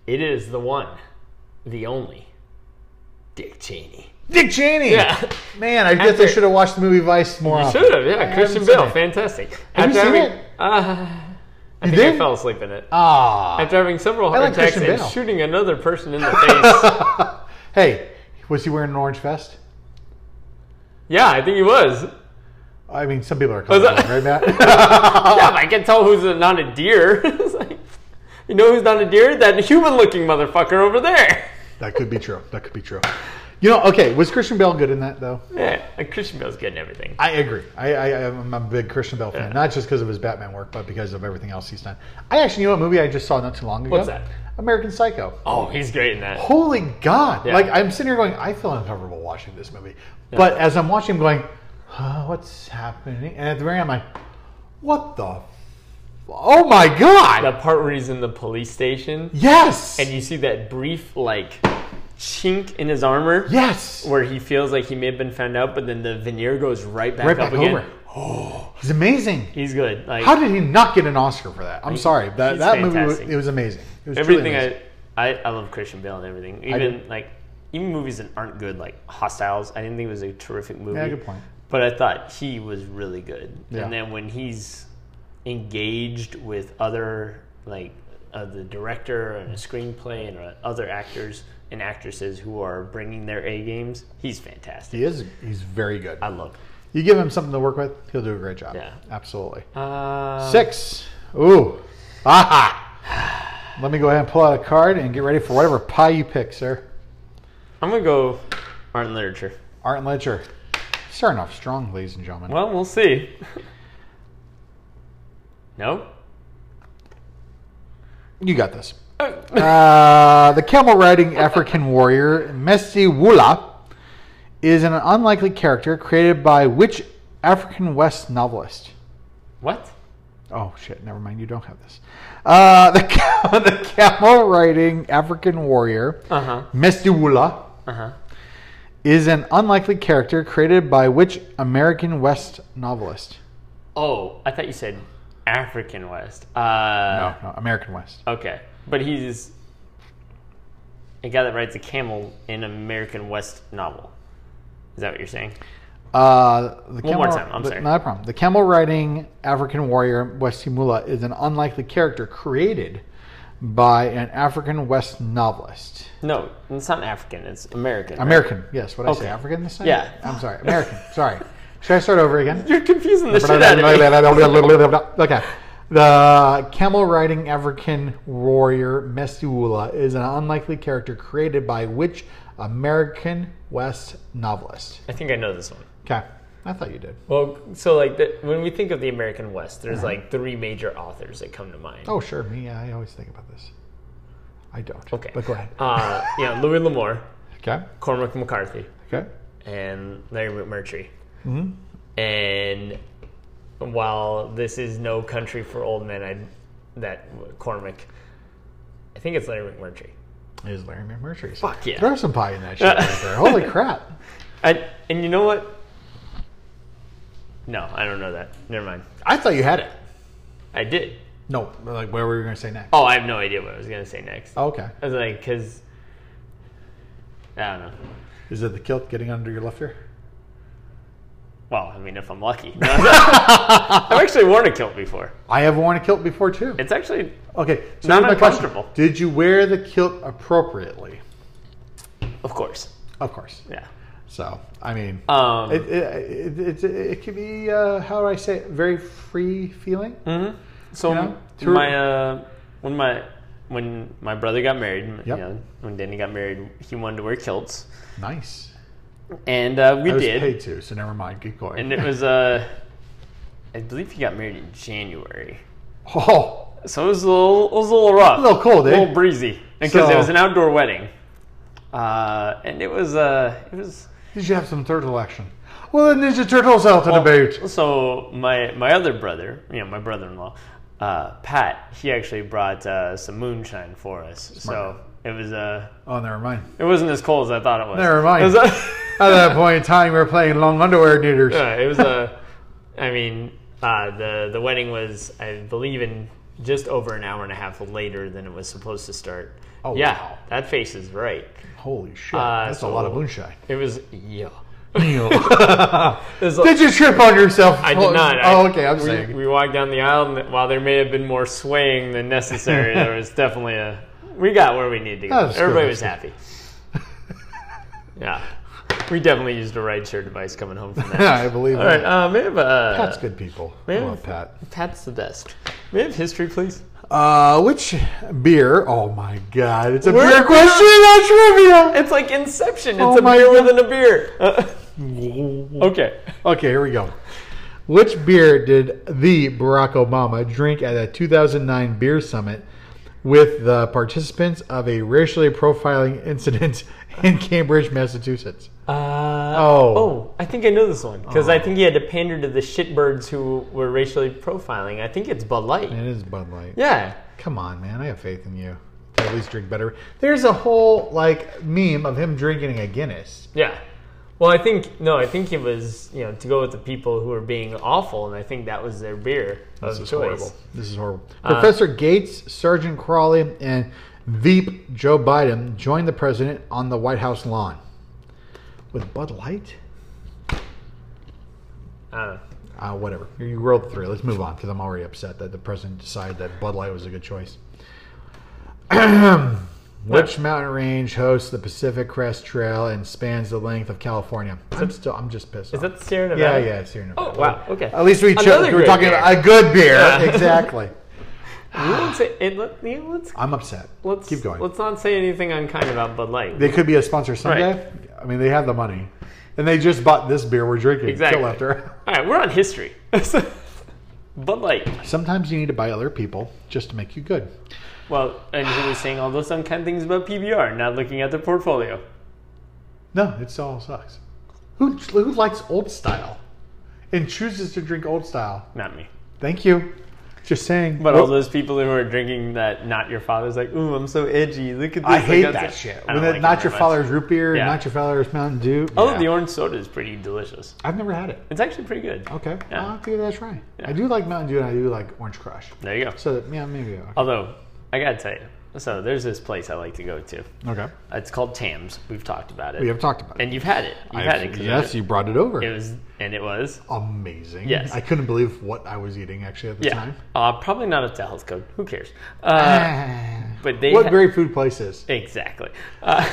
[SPEAKER 2] it is the one, the only, Dick Cheney.
[SPEAKER 1] Dick Cheney.
[SPEAKER 2] Yeah.
[SPEAKER 1] Man, I guess I
[SPEAKER 2] After-
[SPEAKER 1] should have watched the movie Vice more
[SPEAKER 2] You
[SPEAKER 1] often.
[SPEAKER 2] should have, yeah.
[SPEAKER 1] I
[SPEAKER 2] Christian
[SPEAKER 1] haven't seen
[SPEAKER 2] Bale,
[SPEAKER 1] it.
[SPEAKER 2] fantastic.
[SPEAKER 1] Have you seen
[SPEAKER 2] having,
[SPEAKER 1] it?
[SPEAKER 2] Uh, I
[SPEAKER 1] You
[SPEAKER 2] think I
[SPEAKER 1] did?
[SPEAKER 2] fell asleep in it.
[SPEAKER 1] Ah.
[SPEAKER 2] <laughs> After having several heart
[SPEAKER 1] like
[SPEAKER 2] attacks
[SPEAKER 1] Christian
[SPEAKER 2] and
[SPEAKER 1] Bale.
[SPEAKER 2] shooting another person
[SPEAKER 1] <laughs>
[SPEAKER 2] in the face.
[SPEAKER 1] hey, was he wearing an orange vest?
[SPEAKER 2] yeah, I think he was.
[SPEAKER 1] I mean, some people are calling
[SPEAKER 2] that-
[SPEAKER 1] it, right, Matt?
[SPEAKER 2] <laughs> Yeah, but I can tell who's a- not a deer. <laughs> it's like, you know who's not a deer? That human-looking motherfucker over there.
[SPEAKER 1] that could be true. That could be true. You know, okay, was Christian Bale good in that though?
[SPEAKER 2] Yeah, and Christian Bale's good and everything.
[SPEAKER 1] I agree. I, I, I'm a big Christian Bale fan,
[SPEAKER 2] Yeah.
[SPEAKER 1] not just because of his Batman work, but because of everything else he's done. I actually, you know, what movie I just saw not too long ago?
[SPEAKER 2] What's that?
[SPEAKER 1] American Psycho.
[SPEAKER 2] Oh, he's great in that.
[SPEAKER 1] Holy God!
[SPEAKER 2] Yeah.
[SPEAKER 1] Like I'm sitting here going, I feel uncomfortable watching this movie. But as I'm watching, I'm going, huh, what's happening? And at the very end, I'm like, what the? F- oh my God!
[SPEAKER 2] The part where he's in the police station
[SPEAKER 1] yes.
[SPEAKER 2] and you see that brief like chink in his armor
[SPEAKER 1] yes.
[SPEAKER 2] where he feels like he may have been found out, but then the veneer goes right back
[SPEAKER 1] Right
[SPEAKER 2] up
[SPEAKER 1] back
[SPEAKER 2] again.
[SPEAKER 1] over. <gasps> He's amazing.
[SPEAKER 2] He's good. Like
[SPEAKER 1] How did he not get an Oscar for that? I'm sorry. That
[SPEAKER 2] he's
[SPEAKER 1] that movie was,
[SPEAKER 2] fantastic.
[SPEAKER 1] it was amazing. It was truly
[SPEAKER 2] everything
[SPEAKER 1] amazing.
[SPEAKER 2] I, I I love Christian Bale and everything. Even
[SPEAKER 1] do.
[SPEAKER 2] like even movies that aren't good, like Hostiles. I didn't think it was a terrific movie.
[SPEAKER 1] Yeah, good point.
[SPEAKER 2] But I thought he was really good.
[SPEAKER 1] Yeah.
[SPEAKER 2] And then when he's engaged with other like uh, the director and a screenplay and uh, other actors and actresses who are bringing their A games, he's fantastic.
[SPEAKER 1] He is. He's very good.
[SPEAKER 2] I love.
[SPEAKER 1] You give him something to work with, he'll do a great job.
[SPEAKER 2] Yeah.
[SPEAKER 1] Absolutely.
[SPEAKER 2] Him. Uh,
[SPEAKER 1] Six. Ooh. Ah. Let me go ahead and pull out a card and get ready for whatever pie you pick, sir.
[SPEAKER 2] I'm gonna go art and literature.
[SPEAKER 1] Art and Ledger. Starting off strong, ladies and gentlemen.
[SPEAKER 2] Well, we'll see. no.
[SPEAKER 1] You got this. Uh, the camel riding African warrior Messi Wula is an unlikely character created by which African West novelist?
[SPEAKER 2] What?
[SPEAKER 1] Oh shit! Never mind. You don't have this. Uh, <laughs> the ca- the camel riding African warrior
[SPEAKER 2] Uh huh.
[SPEAKER 1] Messi Wula
[SPEAKER 2] Uh huh.
[SPEAKER 1] is an unlikely character created by which American West novelist?
[SPEAKER 2] Oh, I thought you said African West. Uh,
[SPEAKER 1] No, no, American West.
[SPEAKER 2] Okay, but he's a guy that rides a camel in American West novel. Is that what you're saying?
[SPEAKER 1] Uh, the camel,
[SPEAKER 2] oh. more time, I'm
[SPEAKER 1] the-
[SPEAKER 2] sorry.
[SPEAKER 1] Not a problem. The camel riding African warrior West Mula is an unlikely character created by an African West novelist.
[SPEAKER 2] No, it's not African. It's American. right?
[SPEAKER 1] American, yes. What did I say?
[SPEAKER 2] Okay.
[SPEAKER 1] African this time?
[SPEAKER 2] Yeah.
[SPEAKER 1] I'm sorry. American. sorry. Should I start over
[SPEAKER 2] <laughs>
[SPEAKER 1] again?
[SPEAKER 2] You're confusing the shit out of me.
[SPEAKER 1] okay. The camel riding African warrior Mestiwula is an unlikely character created by which American West novelist?
[SPEAKER 2] I think I know this one.
[SPEAKER 1] Okay. I thought you did.
[SPEAKER 2] Well, so like the, when we think of the American West, there's like three major authors that come to mind.
[SPEAKER 1] Uh-huh. Oh, sure. Me, I always think about this. I don't.
[SPEAKER 2] Okay.
[SPEAKER 1] But go ahead.
[SPEAKER 2] Uh, yeah, Louis L'Amour,
[SPEAKER 1] okay.
[SPEAKER 2] Cormac McCarthy,
[SPEAKER 1] Okay. Mm-hmm.
[SPEAKER 2] and Larry McMurtry. And while this is no country for old men, I that Cormac, I think it's Larry McMurtry.
[SPEAKER 1] Is Larry McMurtry.
[SPEAKER 2] Fuck yeah.
[SPEAKER 1] Throw some pie in that shit right there.
[SPEAKER 2] <laughs>
[SPEAKER 1] Holy crap.
[SPEAKER 2] I, and you know what? No, I don't know that. Never mind.
[SPEAKER 1] I thought you had it.
[SPEAKER 2] I did.
[SPEAKER 1] No, like where were you going to say next?
[SPEAKER 2] Oh, I have no idea what I was gonna say next.
[SPEAKER 1] Okay.
[SPEAKER 2] I was like, because I don't know.
[SPEAKER 1] Is it the kilt getting under your left ear?
[SPEAKER 2] Well, I mean, if I'm lucky. I've actually worn a kilt before.
[SPEAKER 1] I have worn a kilt before too.
[SPEAKER 2] It's actually
[SPEAKER 1] Okay, so
[SPEAKER 2] Not
[SPEAKER 1] here's my question.
[SPEAKER 2] uncomfortable.
[SPEAKER 1] Did you wear the kilt appropriately?
[SPEAKER 2] Of course.
[SPEAKER 1] Of course.
[SPEAKER 2] Yeah.
[SPEAKER 1] So, I mean,
[SPEAKER 2] Um,
[SPEAKER 1] it, it, it, it, it can be, uh, how do I say it, very free feeling.
[SPEAKER 2] mhm. So
[SPEAKER 1] You know, through-
[SPEAKER 2] my uh, when my when my brother got married, you
[SPEAKER 1] Yep.
[SPEAKER 2] know, when Danny got married, he wanted to wear kilts,
[SPEAKER 1] Nice.
[SPEAKER 2] and uh, we
[SPEAKER 1] I was
[SPEAKER 2] did.
[SPEAKER 1] paid to, so never mind. Keep going.
[SPEAKER 2] And it was uh, I believe he got married in January,
[SPEAKER 1] <laughs> oh,
[SPEAKER 2] so it was a little it was a little rough,
[SPEAKER 1] a little cold,
[SPEAKER 2] a
[SPEAKER 1] eh?
[SPEAKER 2] little breezy, because
[SPEAKER 1] So-
[SPEAKER 2] it was an outdoor wedding. Uh, and it was uh, it was
[SPEAKER 1] Did you have some turtle action? Well, the Ninja Turtles out and about.
[SPEAKER 2] So my my other brother, you know, my brother-in-law, uh, Pat, he actually brought uh, some moonshine for us.
[SPEAKER 1] Smart.
[SPEAKER 2] So it was uh,
[SPEAKER 1] Oh, never mind.
[SPEAKER 2] it wasn't as cold as I thought it was.
[SPEAKER 1] Never mind.
[SPEAKER 2] It was, <laughs>
[SPEAKER 1] At that point in time, we were playing long underwear neuters.
[SPEAKER 2] uh, it was uh, I mean, uh, the the wedding was, I believe, in just over an hour and a half later than it was supposed to start.
[SPEAKER 1] Oh,
[SPEAKER 2] yeah,
[SPEAKER 1] wow.
[SPEAKER 2] that face is right.
[SPEAKER 1] Holy shit.
[SPEAKER 2] Uh,
[SPEAKER 1] That's a
[SPEAKER 2] so-
[SPEAKER 1] lot of
[SPEAKER 2] <laughs>
[SPEAKER 1] moonshine.
[SPEAKER 2] It was
[SPEAKER 1] <laughs>
[SPEAKER 2] yeah. There's a-
[SPEAKER 1] did you trip on yourself?
[SPEAKER 2] I did not. I-
[SPEAKER 1] Oh, okay. I'm
[SPEAKER 2] we,
[SPEAKER 1] saying. <laughs>
[SPEAKER 2] we walked down the aisle, and while there may have been more swaying than necessary, there was definitely a. We got where we needed to go.
[SPEAKER 1] That's good,
[SPEAKER 2] Everybody
[SPEAKER 1] that's
[SPEAKER 2] was
[SPEAKER 1] good.
[SPEAKER 2] happy. Yeah, we definitely used a rideshare device coming home from that.
[SPEAKER 1] I believe
[SPEAKER 2] All right,
[SPEAKER 1] that.
[SPEAKER 2] uh, may have uh,
[SPEAKER 1] Pat's good people. I
[SPEAKER 2] Yeah.
[SPEAKER 1] love Pat.
[SPEAKER 2] Pat's the best. May I have history, please.
[SPEAKER 1] Uh, which beer? Oh my god, it's a
[SPEAKER 2] We're-
[SPEAKER 1] beer question on trivia!
[SPEAKER 2] It's like Inception. It's
[SPEAKER 1] Oh
[SPEAKER 2] a
[SPEAKER 1] my
[SPEAKER 2] beer
[SPEAKER 1] God.
[SPEAKER 2] within a beer. Uh, <laughs> okay.
[SPEAKER 1] Okay, here we go. Which beer did the Barack Obama drink at a 2009 beer summit with the participants of a racially profiling incident <laughs> in Cambridge, Massachusetts?
[SPEAKER 2] Uh,
[SPEAKER 1] Oh.
[SPEAKER 2] oh, I think I know this one because I think he had to pander to the shitbirds who were racially profiling. I think it's Bud Light.
[SPEAKER 1] It is Bud Light.
[SPEAKER 2] Yeah.
[SPEAKER 1] Come on, man. I have faith in you. To at least drink better. There's a whole like meme of him drinking a Guinness.
[SPEAKER 2] Yeah. Well, I think no, I think it was you know to go with the people who were being awful, and I think that was their beer of
[SPEAKER 1] This is
[SPEAKER 2] choice. Uh,
[SPEAKER 1] horrible. This is horrible. Professor Gates, Sergeant Crawley, and Veep Joe Biden joined the president on the White House lawn with Bud Light.
[SPEAKER 2] I don't know.
[SPEAKER 1] Uh, whatever. You rolled three. Let's move on because I'm already upset that the president decided that Bud Light was a good choice. <clears throat> Which mountain range hosts the Pacific Crest Trail and spans the length of California? I'm still. I'm just pissed.
[SPEAKER 2] Is
[SPEAKER 1] off.
[SPEAKER 2] that Sierra
[SPEAKER 1] yeah,
[SPEAKER 2] Nevada?
[SPEAKER 1] yeah, it's here. in
[SPEAKER 2] Oh
[SPEAKER 1] Nevada.
[SPEAKER 2] wow. Okay.
[SPEAKER 1] At least we
[SPEAKER 2] Another
[SPEAKER 1] chose. We're
[SPEAKER 2] great
[SPEAKER 1] talking
[SPEAKER 2] beer.
[SPEAKER 1] about a good beer.
[SPEAKER 2] Yeah. <laughs>
[SPEAKER 1] exactly.
[SPEAKER 2] We won't say- it- let, yeah, let's
[SPEAKER 1] I'm upset.
[SPEAKER 2] let's
[SPEAKER 1] keep going.
[SPEAKER 2] Let's not say anything unkind about Bud Light.
[SPEAKER 1] They could be a sponsor someday.
[SPEAKER 2] Right.
[SPEAKER 1] I mean, they have the money, and they just bought this beer we're drinking.
[SPEAKER 2] Exactly.
[SPEAKER 1] Till after.
[SPEAKER 2] All right, we're on history. <laughs> Bud Light.
[SPEAKER 1] Sometimes you need to buy other people just to make you good.
[SPEAKER 2] Well, and he was saying all those unkind things about PBR, not looking at the portfolio.
[SPEAKER 1] No, it all sucks. Who who likes old style and chooses to drink old style?
[SPEAKER 2] Not me.
[SPEAKER 1] Thank you. Just saying.
[SPEAKER 2] But all
[SPEAKER 1] Well,
[SPEAKER 2] those people who are drinking that not your father's like, ooh, I'm so edgy. Look at this.
[SPEAKER 1] I hate
[SPEAKER 2] like,
[SPEAKER 1] that
[SPEAKER 2] that's-
[SPEAKER 1] shit.
[SPEAKER 2] I
[SPEAKER 1] With
[SPEAKER 2] don't
[SPEAKER 1] it,
[SPEAKER 2] like it
[SPEAKER 1] not
[SPEAKER 2] very
[SPEAKER 1] your
[SPEAKER 2] much.
[SPEAKER 1] father's root beer,
[SPEAKER 2] Yeah.
[SPEAKER 1] not your father's Mountain Dew.
[SPEAKER 2] Although
[SPEAKER 1] Yeah.
[SPEAKER 2] the orange soda is pretty delicious.
[SPEAKER 1] I've never had it.
[SPEAKER 2] It's actually pretty good.
[SPEAKER 1] Okay,
[SPEAKER 2] Yeah.
[SPEAKER 1] I'll give that a try. I do like Mountain Dew and I do like Orange Crush.
[SPEAKER 2] There you go.
[SPEAKER 1] So that, yeah, maybe. I-
[SPEAKER 2] Although, I gotta tell you, so there's this place I like to go to.
[SPEAKER 1] Okay,
[SPEAKER 2] It's called Tams. We've talked about it.
[SPEAKER 1] we have talked about it.
[SPEAKER 2] and you've had it. You've had it. 'cause of
[SPEAKER 1] yes,
[SPEAKER 2] it.
[SPEAKER 1] you brought it over.
[SPEAKER 2] It was, and it was.
[SPEAKER 1] amazing.
[SPEAKER 2] Yes.
[SPEAKER 1] I couldn't believe what I was eating actually at the
[SPEAKER 2] Yeah.
[SPEAKER 1] time. Ah.
[SPEAKER 2] Uh, probably not up to health code. Who cares? Uh, but they
[SPEAKER 1] what
[SPEAKER 2] ha-
[SPEAKER 1] great food places.
[SPEAKER 2] Exactly. Uh, <laughs>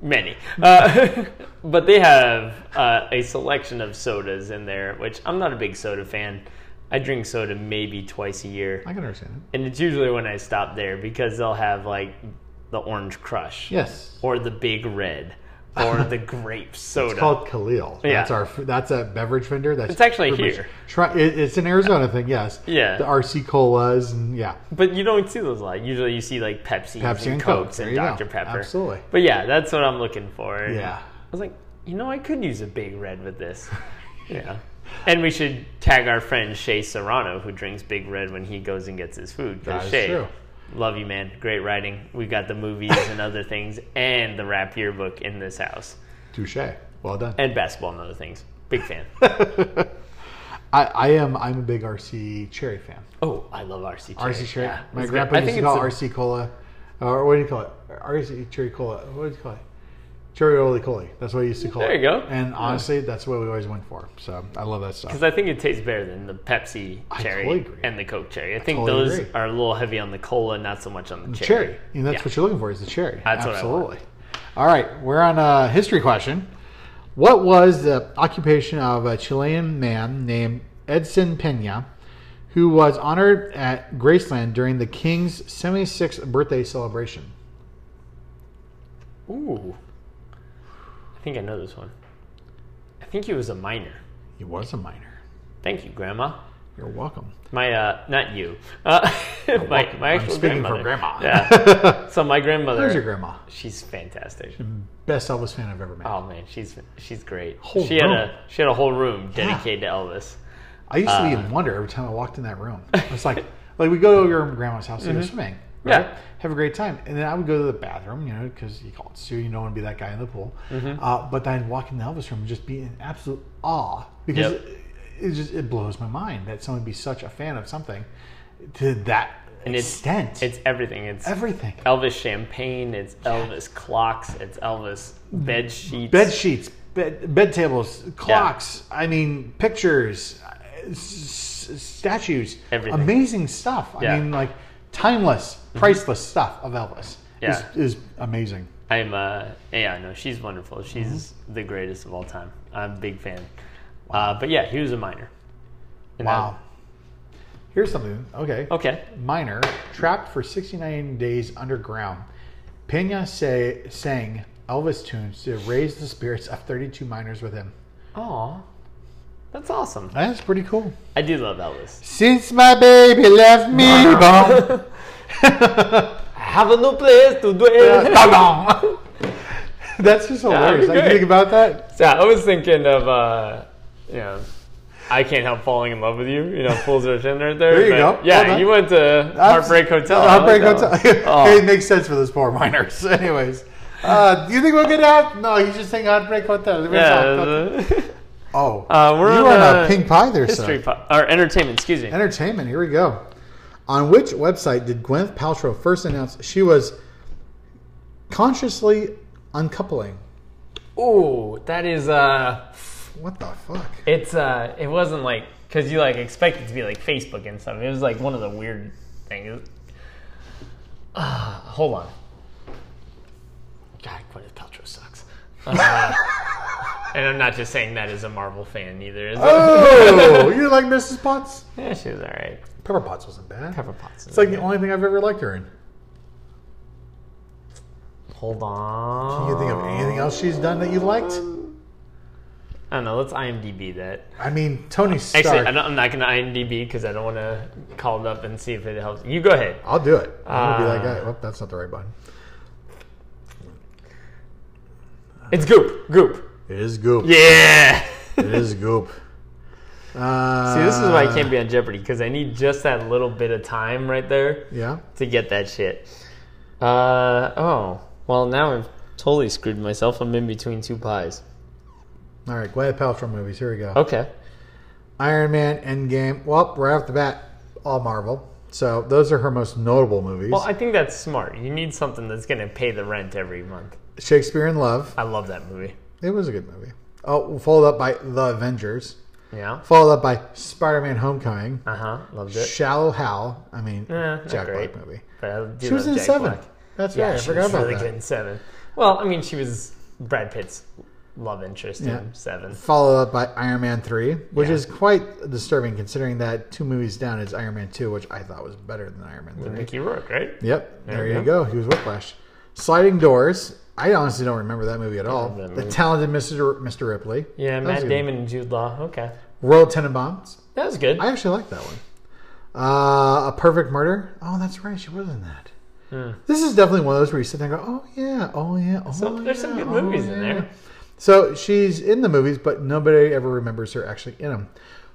[SPEAKER 2] many. Uh, <laughs> but they have uh, a selection of sodas in there, which I'm not a big soda fan. I drink soda maybe twice a year.
[SPEAKER 1] I can understand it.
[SPEAKER 2] And it's usually when I stop there because they'll have like the orange crush
[SPEAKER 1] Yes.
[SPEAKER 2] or the big red
[SPEAKER 1] <laughs>
[SPEAKER 2] or the grape soda.
[SPEAKER 1] It's called Khalil.
[SPEAKER 2] Yeah.
[SPEAKER 1] That's our. That's a beverage vendor. That's
[SPEAKER 2] It's actually
[SPEAKER 1] pretty much-
[SPEAKER 2] here.
[SPEAKER 1] Try, it, it's an Arizona thing. Yes.
[SPEAKER 2] Yeah.
[SPEAKER 1] The RC colas and yeah.
[SPEAKER 2] But you don't see those a lot. Usually you see like Pepsi,
[SPEAKER 1] Pepsi
[SPEAKER 2] and
[SPEAKER 1] and Coke.
[SPEAKER 2] Cokes
[SPEAKER 1] There
[SPEAKER 2] and
[SPEAKER 1] you go.
[SPEAKER 2] Dr. Pepper.
[SPEAKER 1] Absolutely.
[SPEAKER 2] But yeah, that's what I'm looking for. And
[SPEAKER 1] Yeah.
[SPEAKER 2] I was like, you know, I could use a big red
[SPEAKER 1] <laughs>
[SPEAKER 2] with this. yeah. And we should tag our friend Shay Serrano, who drinks big red when he goes and gets his food. 'Cause
[SPEAKER 1] That is
[SPEAKER 2] Shay,
[SPEAKER 1] true.
[SPEAKER 2] Love you, man. Great writing. We got the movies and other
[SPEAKER 1] <laughs>
[SPEAKER 2] things and the rap yearbook in this house
[SPEAKER 1] Touche. Well done. <laughs>
[SPEAKER 2] and basketball and other things. Big fan.
[SPEAKER 1] I, I am I'm a big RC cherry fan.
[SPEAKER 2] Oh, I love RC cherry.
[SPEAKER 1] RC cherry.
[SPEAKER 2] Yeah,
[SPEAKER 1] My
[SPEAKER 2] it's
[SPEAKER 1] grandpa
[SPEAKER 2] good. I
[SPEAKER 1] used
[SPEAKER 2] think
[SPEAKER 1] to call it
[SPEAKER 2] it's
[SPEAKER 1] RC cola, or what do you call it? RC cherry cola. What do you call it? Cherry Oli Cola. That's what I used to call
[SPEAKER 2] There
[SPEAKER 1] it.
[SPEAKER 2] you go.
[SPEAKER 1] And honestly, that's what we always went for. So I love that stuff.
[SPEAKER 2] Because I think it tastes better than the Pepsi
[SPEAKER 1] I
[SPEAKER 2] cherry
[SPEAKER 1] totally agree.
[SPEAKER 2] and the Coke cherry. I think
[SPEAKER 1] totally
[SPEAKER 2] those
[SPEAKER 1] agree.
[SPEAKER 2] are a little heavy on the cola, not so much on the cherry.
[SPEAKER 1] cherry. And that's
[SPEAKER 2] Yeah.
[SPEAKER 1] what you're looking for is the cherry.
[SPEAKER 2] That's what I
[SPEAKER 1] Absolutely.
[SPEAKER 2] want.
[SPEAKER 1] All right, we're on a history question. What was the occupation of a Chilean man named Edson Pena, who was honored at Graceland during the king's 76th birthday celebration?
[SPEAKER 2] Ooh. I think I know this one. I think he was a minor.
[SPEAKER 1] He was a minor.
[SPEAKER 2] Thank you, Grandma.
[SPEAKER 1] You're welcome.
[SPEAKER 2] My, uh, not you. Uh, <laughs> my,
[SPEAKER 1] welcome.
[SPEAKER 2] my
[SPEAKER 1] Oh, I'm
[SPEAKER 2] actual
[SPEAKER 1] speaking for
[SPEAKER 2] grandmother.
[SPEAKER 1] Grandma. <laughs>
[SPEAKER 2] Yeah. so my grandmother.
[SPEAKER 1] Where's your grandma?
[SPEAKER 2] She's fantastic.
[SPEAKER 1] Mm-hmm. Best Elvis fan I've ever met.
[SPEAKER 2] Oh man, she's she's great.
[SPEAKER 1] Whole
[SPEAKER 2] she had
[SPEAKER 1] room.
[SPEAKER 2] a she had a whole room dedicated to Elvis.
[SPEAKER 1] I used to even wonder every time I walked in that room. It's like, like we go to your grandma's house to go swimming, right?
[SPEAKER 2] Yeah.
[SPEAKER 1] Have a great time, and then I would go to the bathroom, you know, because you call it Sue, you don't want to be that guy in the pool. Uh, but then I'd walk in the Elvis room and just be in absolute awe because
[SPEAKER 2] Yep.
[SPEAKER 1] it, it just it blows my mind that someone would be such a fan of something to that
[SPEAKER 2] And it's-
[SPEAKER 1] extent.
[SPEAKER 2] It's everything. It's
[SPEAKER 1] everything.
[SPEAKER 2] Elvis champagne. It's Elvis clocks. It's Elvis bed sheets.
[SPEAKER 1] bed sheets, bed, bed tables, clocks. I mean, pictures, uh, s- s- statues,
[SPEAKER 2] Everything.
[SPEAKER 1] amazing stuff.
[SPEAKER 2] Yeah. Mm-hmm.
[SPEAKER 1] I mean, like timeless, priceless stuff of Elvis.
[SPEAKER 2] Yeah.
[SPEAKER 1] Is, is amazing.
[SPEAKER 2] I'm uh yeah no she's wonderful. She's
[SPEAKER 1] Mm-hmm.
[SPEAKER 2] the greatest of all time. I'm a big fan. Uh, but yeah, he was a minor. And
[SPEAKER 1] Wow. Here's something. Okay.
[SPEAKER 2] I- okay.
[SPEAKER 1] Miner trapped for 69 days underground. Pena say, sang Elvis tunes to raise the spirits of 32 miners with him.
[SPEAKER 2] Aw, that's awesome.
[SPEAKER 1] That's pretty cool.
[SPEAKER 2] I do love Elvis.
[SPEAKER 1] Since my baby left <laughs> me, bone. <laughs>
[SPEAKER 2] I have no place to dwell.
[SPEAKER 1] That's just
[SPEAKER 2] that'd be
[SPEAKER 1] hilarious. I didn't
[SPEAKER 2] great.
[SPEAKER 1] think about that.
[SPEAKER 2] <laughs> Yeah, I was thinking of uh, you know, I can't help falling in love with you. You know, fools are thin right there.
[SPEAKER 1] There you
[SPEAKER 2] but
[SPEAKER 1] go.
[SPEAKER 2] Yeah,
[SPEAKER 1] Well done.
[SPEAKER 2] you went to Heartbreak Hotel. Oh, I
[SPEAKER 1] Heartbreak
[SPEAKER 2] like that
[SPEAKER 1] Hotel. <laughs>
[SPEAKER 2] one.
[SPEAKER 1] it makes sense for those poor miners. <laughs> Anyways, uh, do you think we'll get out? No, he's just saying Heartbreak Hotel. Leave
[SPEAKER 2] Oh,
[SPEAKER 1] us out.
[SPEAKER 2] yeah. the-
[SPEAKER 1] Oh,
[SPEAKER 2] Uh, we're
[SPEAKER 1] you
[SPEAKER 2] on
[SPEAKER 1] are
[SPEAKER 2] a
[SPEAKER 1] a pink pie there,
[SPEAKER 2] History
[SPEAKER 1] sir.
[SPEAKER 2] po- or entertainment, excuse me.
[SPEAKER 1] Entertainment. Here we go. On which website did Gwyneth Paltrow first announce she was consciously uncoupling?
[SPEAKER 2] Ooh, that is uh
[SPEAKER 1] What the
[SPEAKER 2] <laughs>
[SPEAKER 1] fuck?
[SPEAKER 2] it's uh it wasn't like cuz you like expect it to be like Facebook and stuff. It was like one of the weird things. <sighs> Uh, hold on. God, Gwyneth Paltrow sucks. Uh, <laughs> and I'm not just saying that as a Marvel fan either. Is it?
[SPEAKER 1] Oh, you like Mrs. Potts?
[SPEAKER 2] Yeah, she was all right.
[SPEAKER 1] Pepper Potts wasn't bad.
[SPEAKER 2] Pepper Potts.
[SPEAKER 1] It's like the only thing I've ever liked her in.
[SPEAKER 2] Hold on.
[SPEAKER 1] Can you think of anything else she's done that you liked?
[SPEAKER 2] I don't know. Let's IMDb that.
[SPEAKER 1] I mean, Tony Stark.
[SPEAKER 2] Actually, I don't, I'm not going to IMDb because I don't want to call it up and see if it helps. You go ahead.
[SPEAKER 1] I'll do it. I'm gonna be
[SPEAKER 2] Uh,
[SPEAKER 1] that guy. Well, that's not the right button.
[SPEAKER 2] It's Goop. Goop.
[SPEAKER 1] It is goop.
[SPEAKER 2] Yeah. <laughs>
[SPEAKER 1] It is goop. Uh,
[SPEAKER 2] See, this is why I can't be on Jeopardy because I need just that little bit of time right there
[SPEAKER 1] Yeah.
[SPEAKER 2] to get that shit. Uh oh. Well, now I've totally screwed myself. I'm in between two pies.
[SPEAKER 1] All right. Gwyneth Paltrow movies. Here we go.
[SPEAKER 2] Okay.
[SPEAKER 1] Iron Man, Endgame. Well, right off the bat, all Marvel. So those are her most notable movies.
[SPEAKER 2] Well, I think that's smart. You need something that's going to pay the rent every month.
[SPEAKER 1] Shakespeare in Love.
[SPEAKER 2] I love that movie.
[SPEAKER 1] It was a good movie. Oh, followed up by The Avengers.
[SPEAKER 2] Yeah.
[SPEAKER 1] Followed up by Spider-Man: Homecoming.
[SPEAKER 2] Uh huh. Loved it.
[SPEAKER 1] Shallow Hal. I mean,
[SPEAKER 2] Eh, not
[SPEAKER 1] Jack
[SPEAKER 2] great.
[SPEAKER 1] Black movie.
[SPEAKER 2] But I do
[SPEAKER 1] She was
[SPEAKER 2] love
[SPEAKER 1] in
[SPEAKER 2] Jack
[SPEAKER 1] Seven.
[SPEAKER 2] Black.
[SPEAKER 1] That's
[SPEAKER 2] Yeah,
[SPEAKER 1] right. I
[SPEAKER 2] she
[SPEAKER 1] forgot
[SPEAKER 2] was
[SPEAKER 1] about
[SPEAKER 2] really
[SPEAKER 1] that.
[SPEAKER 2] good in Seven. Well, I mean, she was Brad Pitt's love interest
[SPEAKER 1] Yeah.
[SPEAKER 2] in Seven.
[SPEAKER 1] followed up by Iron Man 3, which
[SPEAKER 2] Yeah.
[SPEAKER 1] is quite disturbing considering that two movies down is Iron Man 2, which I thought was better than Iron Man 3.
[SPEAKER 2] Mickey Rourke, right?
[SPEAKER 1] Yep, there,
[SPEAKER 2] There we
[SPEAKER 1] you go. He was Whiplash. Sliding Doors. I honestly don't remember that movie at all.
[SPEAKER 2] remember that
[SPEAKER 1] The
[SPEAKER 2] movie.
[SPEAKER 1] Talented Mr. R- Mr. Ripley. That
[SPEAKER 2] Yeah,
[SPEAKER 1] was
[SPEAKER 2] Matt
[SPEAKER 1] good.
[SPEAKER 2] Damon and Jude Law. Okay,
[SPEAKER 1] Royal Tenenbaums.
[SPEAKER 2] that was good.
[SPEAKER 1] I actually like that one. Uh, A Perfect Murder. Oh, that's right. She was in that.
[SPEAKER 2] Hmm.
[SPEAKER 1] This is definitely one of those where you sit there and go, oh, yeah, oh, yeah, oh,
[SPEAKER 2] So there's some
[SPEAKER 1] yeah,
[SPEAKER 2] good
[SPEAKER 1] oh,
[SPEAKER 2] movies in
[SPEAKER 1] yeah."
[SPEAKER 2] there.
[SPEAKER 1] So she's in the movies, but nobody ever remembers her actually in them.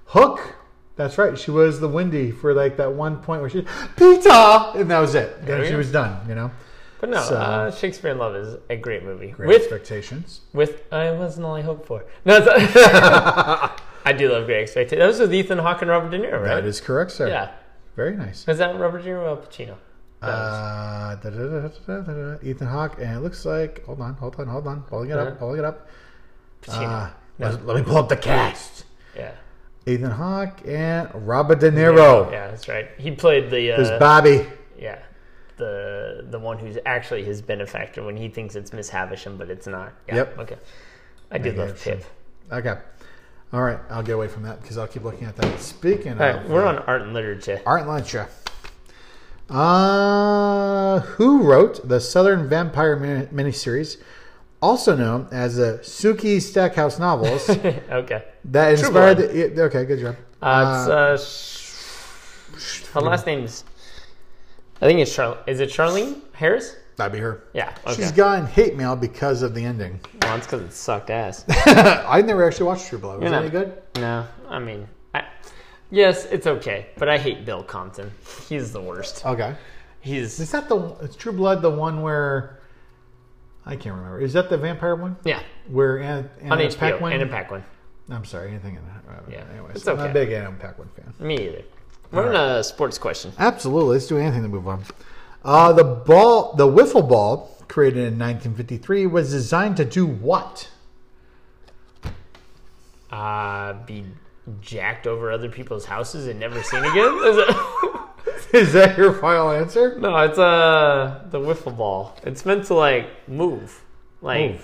[SPEAKER 1] Hook. That's right. She was the Wendy for like that one point where she pizza, and that was it. Then
[SPEAKER 2] we
[SPEAKER 1] she
[SPEAKER 2] go.
[SPEAKER 1] was done. You know,
[SPEAKER 2] But no,
[SPEAKER 1] So-
[SPEAKER 2] uh, Shakespeare in Love is a great movie.
[SPEAKER 1] Great
[SPEAKER 2] with
[SPEAKER 1] expectations.
[SPEAKER 2] <laughs>
[SPEAKER 1] <laughs>
[SPEAKER 2] with I wasn't all I hoped for. No, it's <laughs> I do love Great Expectations. That was with Ethan Hawke and Robert De Niro, right?
[SPEAKER 1] That is correct, sir.
[SPEAKER 2] Yeah.
[SPEAKER 1] Very nice.
[SPEAKER 2] Is that Robert De Niro or Al Pacino? That was-
[SPEAKER 1] Uh, da, da, da, da, da, da, da, Ethan Hawke, and it looks like. Hold on, hold on, hold on. Pulling it
[SPEAKER 2] Uh-huh.
[SPEAKER 1] up, pulling it up.
[SPEAKER 2] Pacino.
[SPEAKER 1] Uh, let, let me pull up the cast.
[SPEAKER 2] yeah.
[SPEAKER 1] Ethan Hawke and Robert De Niro.
[SPEAKER 2] Yeah, that's right. He played the.
[SPEAKER 1] There's
[SPEAKER 2] Uh,
[SPEAKER 1] Bobby.
[SPEAKER 2] yeah. The the one who's actually his benefactor when he thinks it's Miss Havisham, but it's not. Yeah,
[SPEAKER 1] Yep.
[SPEAKER 2] Okay. I did love
[SPEAKER 1] Havisham.
[SPEAKER 2] Pip.
[SPEAKER 1] Okay. All right, I'll get away from that because I'll keep looking at that. Speaking
[SPEAKER 2] All
[SPEAKER 1] of uh,
[SPEAKER 2] right, we're on art and literature.
[SPEAKER 1] Art Lancha. Uh, who wrote the Southern Vampire mini- miniseries, also known as the Suki Stackhouse
[SPEAKER 2] <laughs>
[SPEAKER 1] novels,
[SPEAKER 2] <laughs> okay.
[SPEAKER 1] that
[SPEAKER 2] True
[SPEAKER 1] inspired
[SPEAKER 2] Blood.
[SPEAKER 1] the. yeah, Okay, good job.
[SPEAKER 2] Uh, it's, uh, her last name's. I think it's Charlene. Is it Charlene Harris?
[SPEAKER 1] That'd be her.
[SPEAKER 2] Yeah. Okay.
[SPEAKER 1] She's gotten hate mail because of the <laughs> ending.
[SPEAKER 2] Well, it's because it sucked ass.
[SPEAKER 1] I never actually watched True Blood. Was
[SPEAKER 2] You're
[SPEAKER 1] it any
[SPEAKER 2] not-
[SPEAKER 1] good?
[SPEAKER 2] no, I mean, I, yes, it's okay, but I hate Bill Compton. He's the worst.
[SPEAKER 1] Okay.
[SPEAKER 2] He's
[SPEAKER 1] Is that the is True Blood the one where I can't remember? Is that the vampire one
[SPEAKER 2] yeah
[SPEAKER 1] where Anna, Anna
[SPEAKER 2] on HBO
[SPEAKER 1] Paquin?
[SPEAKER 2] and a Paquin.
[SPEAKER 1] I'm sorry, anything in that. uh,
[SPEAKER 2] Yeah,
[SPEAKER 1] anyways,
[SPEAKER 2] it's
[SPEAKER 1] I'm not
[SPEAKER 2] okay.
[SPEAKER 1] a big Anna Paquin fan.
[SPEAKER 2] Me either. We're on a sports question.
[SPEAKER 1] Absolutely, let's do anything to move on. Uh, the ball, the wiffle ball, created in 1953, was designed to do what? <laughs>
[SPEAKER 2] Uh, be jacked over other people's houses and never seen again. Is it- <laughs>
[SPEAKER 1] Is that your final answer?
[SPEAKER 2] No, it's uh the wiffle ball. It's meant to like move, like